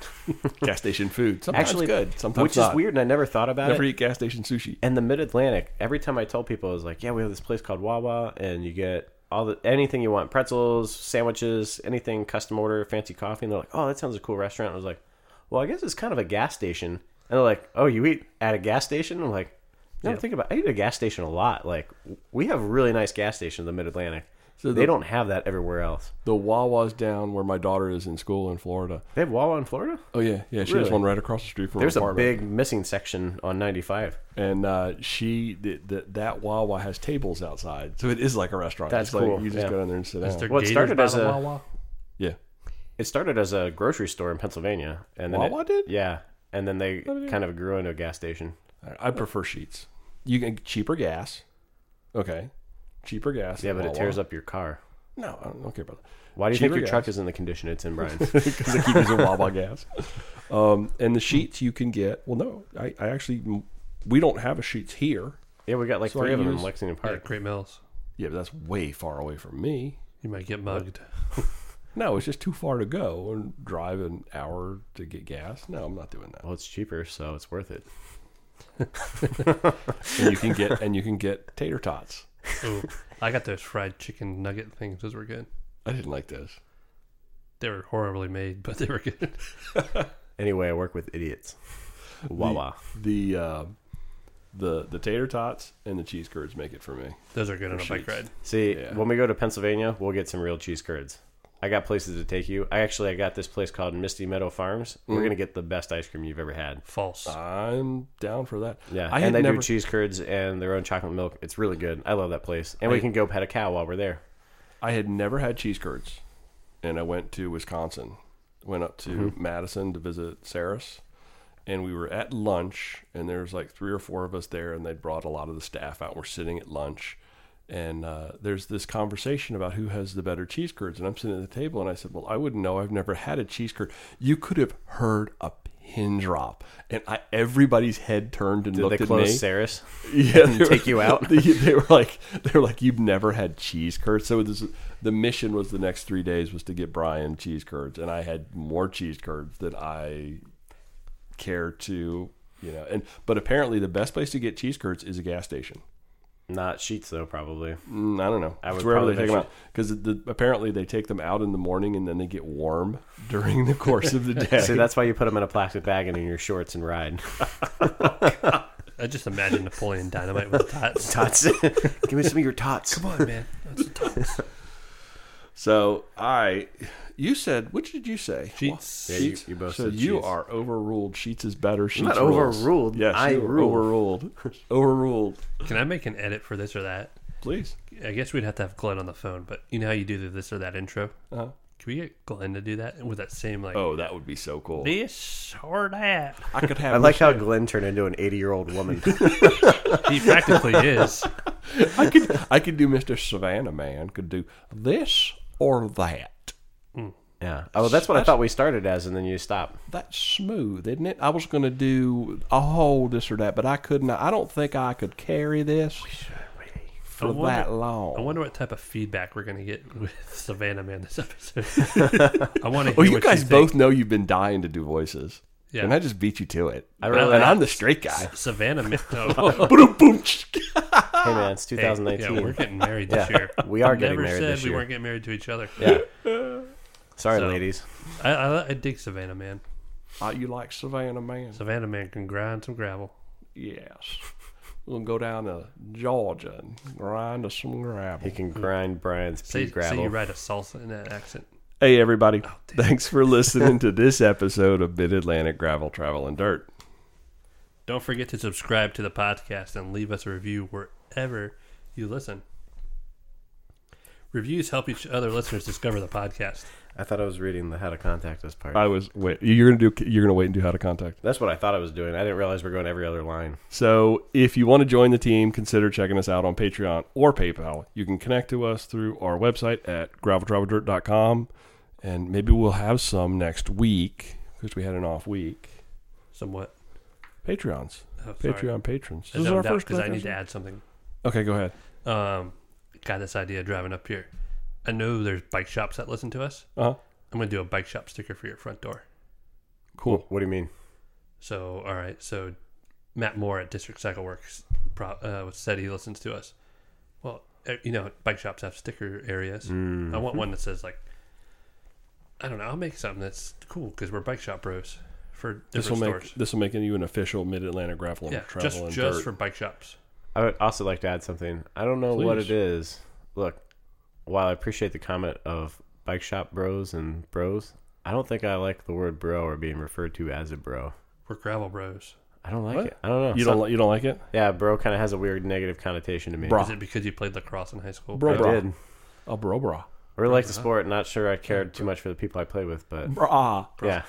gas station food. Sometimes
Actually,
good. Sometimes
which
not.
is weird, and I never thought about
Never
it.
eat gas station sushi.
and the Mid Atlantic, every time I tell people, I was like, "Yeah, we have this place called Wawa, and you get all the anything you want: pretzels, sandwiches, anything custom order, fancy coffee." And they're like, "Oh, that sounds a cool restaurant." I was like, "Well, I guess it's kind of a gas station." And they're like, "Oh, you eat at a gas station?" I'm like, "No, think about. It. I eat at a gas station a lot. Like, we have really nice gas stations in the Mid Atlantic.
So
they
the-
don't have that everywhere else.
The Wawa's down where my daughter is in school in Florida.
They have Wawa in Florida.
Oh
Oh,
yeah, yeah. She has
Really?
one right across the street from
There's
her
a
apartment.
big missing section on 95.
and uh, she th- th- that Wawa has tables outside, so it is like a restaurant.
That's
It's like
cool,
You just
yeah.
go down there and sit down.
Mr.
Well, it
Gators
started as
Bottle
a-
Wawa.
Yeah,
it started as a grocery store in Pennsylvania, and then it-
Wawa did?
Yeah, and then they kind of grew into a gas station.
I- I prefer sheets. You can cheaper gas. Okay, cheaper gas.
Yeah, but it tears up your car.
No, I don't, I don't care about that.
Why do you
Cheaper
think your
gas.
truck is in the condition it's in, Brian?
because I keep using Wawa gas. Um, and the sheets you can get. Well, no, I, I actually we don't have a sheets here.
yeah, we got like
So
three
I
of them in
use-
Lexington
Yeah,
Park.
Great Mills.
Yeah, but that's way far away from me.
You might get mugged.
No, it's just too far to go and drive an hour to get gas. No, I'm not doing that.
Well, it's cheaper, so it's worth it.
And you can get and you can get tater tots.
Ooh, I got those fried chicken nugget things. Those were good.
I didn't like those.
They were horribly made, but they were good.
Anyway, I work with idiots. Wawa.
The uh, the the tater tots and the cheese curds make it for me.
Those are good on a bike
cheese.
ride.
See,
Yeah.
when we go to Pennsylvania, we'll get some real cheese curds. I got places to take you. I actually I got this place called Misty Meadow Farms.
Mm.
We're gonna get the best ice cream you've ever had.
False.
I'm down for that.
Yeah,
I had
and they
never,
do cheese curds and their own chocolate milk. It's really good. I love that place. And we can go pet a cow while we're there.
I had never had cheese curds, and I went to Wisconsin. Went up to
Mm-hmm.
Madison to visit Saris, and we were at lunch, and there's like three or four of us there, and they brought a lot of the staff out. We're sitting at lunch, and uh, there's this conversation about who has the better cheese curds, and I'm sitting at the table, and I said, "Well, I wouldn't know. I've never had a cheese curd. You could have heard a." Pin drop, and I, everybody's head turned and
Did
looked
they
at
close
me.
Saris?
yeah, they were-
take you out?
They, they were like, they were like, you've never had cheese curds. So this, the mission was the next three days was to get Brian cheese curds, and I had more cheese curds than I care to, you know. And but apparently, the best place to get cheese curds is a gas station.
Not sheets though, probably.
Mm, I don't know.
I
it's
would
wherever they
probably
take them out
venture-
because the, apparently they take them out in the morning and then they get warm during the course of the day.
See, that's why you put them in a plastic bag and in your shorts and ride.
I just imagine Napoleon Dynamite with tots.
Tots. Give me some of your tots.
Come on, man. That's tots.
So I, you said, which did you say?
Sheets.
Yeah, you- you both
so
said
you
Sheets.
are overruled. Sheets is better. Sheets
not
rules.
overruled.
Yes,
I
you were
rule.
overruled. overruled.
Can I make an edit for this or that?
Please.
I guess we'd have to have Glenn on the phone, but you know how you do the this or that intro?
Uh-huh.
Can we get Glenn to do that with that same, like,
Oh, that would be so cool.
this or that?
I could have.
I like how Glenn turned into an 80 year old woman.
He practically is.
I could. I could do Mr. Savannah Man. Could do this or that.
yeah. Oh, that's what I thought we started as, and then you stopped.
That's smooth, isn't it? I was going to do a whole this or that, but I couldn't. I don't think I could carry this for
I wonder-
that long.
I wonder what type of feedback we're going to get with Savannah Man this episode. I want to hear
well, Oh, you
what
guys
think.
both know you've been dying to do voices,
Yeah.
and I just beat you to it.
I really-
and I'm the straight guy.
Savannah Man. Oh,
Ah. Hey, man, it's
hey,
2019.
yeah, we're getting married this
Yeah,
year.
we are
I
getting
never
married
said
this
we
year.
weren't getting married to each other.
Yeah. Sorry,
So-
ladies.
I, I, I dig Savannah Man.
Uh, you like Savannah Man?
Savannah Man can grind some gravel.
Yes. We'll go down to Georgia and grind us some gravel.
You can grind Brian's pea
Say, say you
gravel.
ride a salsa in that accent.
Hey, everybody. Thanks for listening to this episode of Mid Atlantic Gravel, Travel, and Dirt.
Don't forget to subscribe to the podcast and leave us a review wherever you listen. Reviews help each other listeners discover the podcast.
I thought I was reading the how to contact us part.
I was wait. You're gonna do. You're gonna wait and do how to contact.
That's what I thought I was doing. I didn't realize we're going every other line.
So, if you want to join the team, consider checking us out on Patreon or PayPal. You can connect to us through our website at graveltraveldirt.com, and maybe we'll have some next week because we had an off week.
Somewhat.
Patreons,
Oh, sorry.
Patreon patrons.
I
This is our first
because I need
podcast.
to add something.
Okay, go ahead.
Um, got this idea driving up here. I know there's bike shops that listen to us.
Uh huh.
I'm gonna do a bike shop sticker for your front door.
Cool.
What do you mean?
So, all right. So, Matt Moore at District Cycle Works pro, uh, said he listens to us. Well, eh, you know, bike shops have sticker areas.
Mm-hmm.
I want one that says like, I don't know. I'll make something that's cool because we're bike shop bros for
This will
different
make
stores.
this will make you an official Mid Atlantic Gravel
yeah,
Travel
just
and
just
Dirt.
for bike shops.
I would also like to add something. I don't know what
Please.
it is. Look, while I appreciate the comment of bike shop bros and bros, I don't think I like the word bro or being referred to as a bro.
We're gravel bros.
I don't like
What?
it. I don't know.
you don't
Some-
li- you don't like it?
yeah, bro kind of has a weird negative connotation to me.
Bra.
Is it because you played lacrosse in high school?
Bro,
I
bra.
did.
A bro bra.
I really like the sport. Not sure I cared too much for the people I play with, but
Bra.
yeah.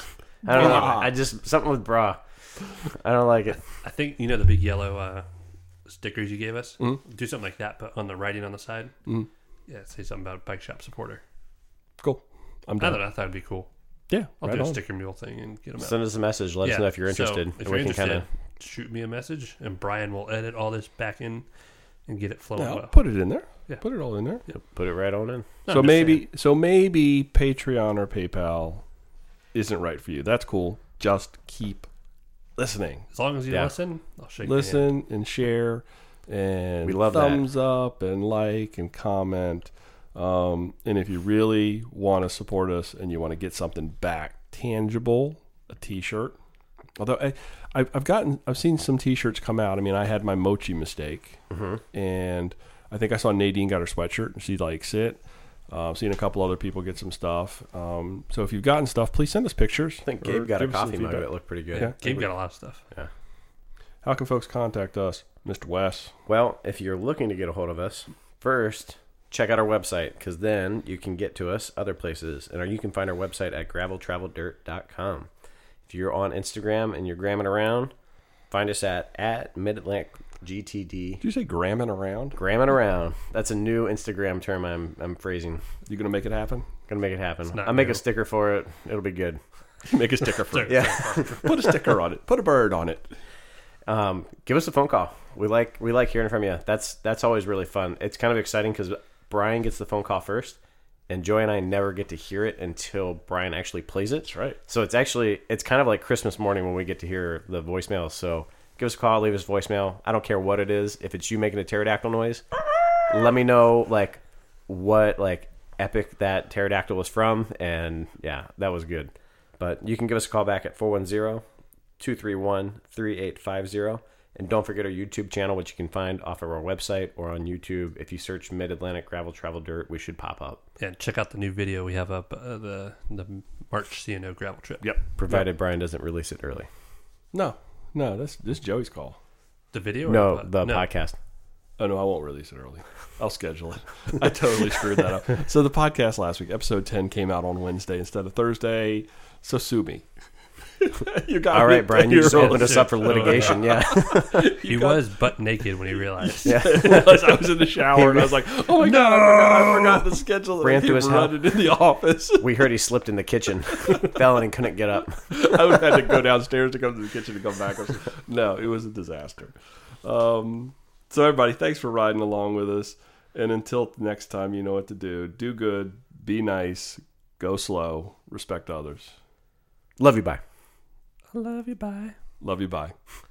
I don't know.
Bra.
I just something with bra. I don't like it.
I think you know the big yellow uh, stickers you gave us.
Mm-hmm.
Do something like that, but on the writing on the side. Mm. Yeah, say something about bike shop supporter.
Cool. I'm
Not
done.
that I thought it'd be cool.
Yeah.
I'll
right
do a
on.
sticker mule thing and get them out.
Send us a message. Let us know if you're
so
interested.
if
and
you're
we
interested,
can kind of
shoot me a message, and Brian will edit all this back in and get it flowing
No,
Oh, well.
put it in there.
Yeah.
Put it all in there.
put it right on in.
so maybe so maybe Patreon or PayPal isn't right for you. That's cool. Just keep listening.
As long as you
Yeah.
listen, I'll shake your hand.
Listen and share and
We love that.
thumbs up and like and comment. Um, and if you really want to support us and you want to get something back tangible, a T-shirt. Although I, I- I've gotten, I've seen some T-shirts come out. I mean, I had my mochi mistake,
Mm-hmm.
and I think I saw Nadine got her sweatshirt and she likes it. Uh, I've seen a couple other people get some stuff. Um, so if you've gotten stuff, please send us pictures.
I think Gabe got a coffee mug that
It
looked pretty good.
Yeah.
Gabe got a lot of stuff.
How can folks contact us, Mr. Wes?
Well, if you're looking to get a hold of us, first check out our website because then you can get to us other places, and you can find our website at graveltraveldirt.com. If you're on Instagram and you're gramming around, find us at at Mid Atlantic GTD.
Did you say gramming around?
Gramming around. That's a new Instagram term I'm I'm phrasing.
You gonna make it happen?
Gonna make it happen.
not
I'll make
new.
a sticker for it. It'll be good.
Make a sticker for it.
Yeah.
Put a sticker on it. Put a bird on it.
um, give us a phone call. We like we like hearing from you. That's that's always really fun. It's kind of exciting because Brian gets the phone call first, and Joy and I never get to hear it until Brian actually plays it. That's
right.
So it's actually it's kind of like Christmas morning when we get to hear the voicemail. So give us a call, leave us a voicemail. I don't care what it is. If it's you making a pterodactyl noise, let me know like what like epic that pterodactyl was from and yeah that was good but you can give us a call back at 410-231-3850 and don't forget our youtube channel which you can find off of our website or on youtube if you search mid-atlantic gravel travel dirt we should pop up
And check out the new video we have up uh, the the March CNO gravel trip.
Yep.
provided brian doesn't release it early
No, no, that's this is Joey's call.
The video? Or
no
pod-
the podcast
Oh no, I won't release it early. I'll schedule it. I totally screwed that up. So the podcast last week, episode ten, came out on Wednesday instead of Thursday. So sue me. you got
all
me.
right brian you just
You're
opened us up for
shit.
litigation yeah
He was butt naked when he realized.
realized I was in the shower and I was like, "Oh my god, I forgot, I forgot the schedule." That
Ran
I
through
keep
his
running in the office.
we heard he slipped in the kitchen fell in and couldn't get up
I would have had to go downstairs to come to the kitchen to come back. up. No, it was a disaster. Um, so everybody, thanks for riding along with us. And until next time, you know what to do: do good, be nice, go slow, respect others.
love you bye
I love you. Bye.
Love you. Bye.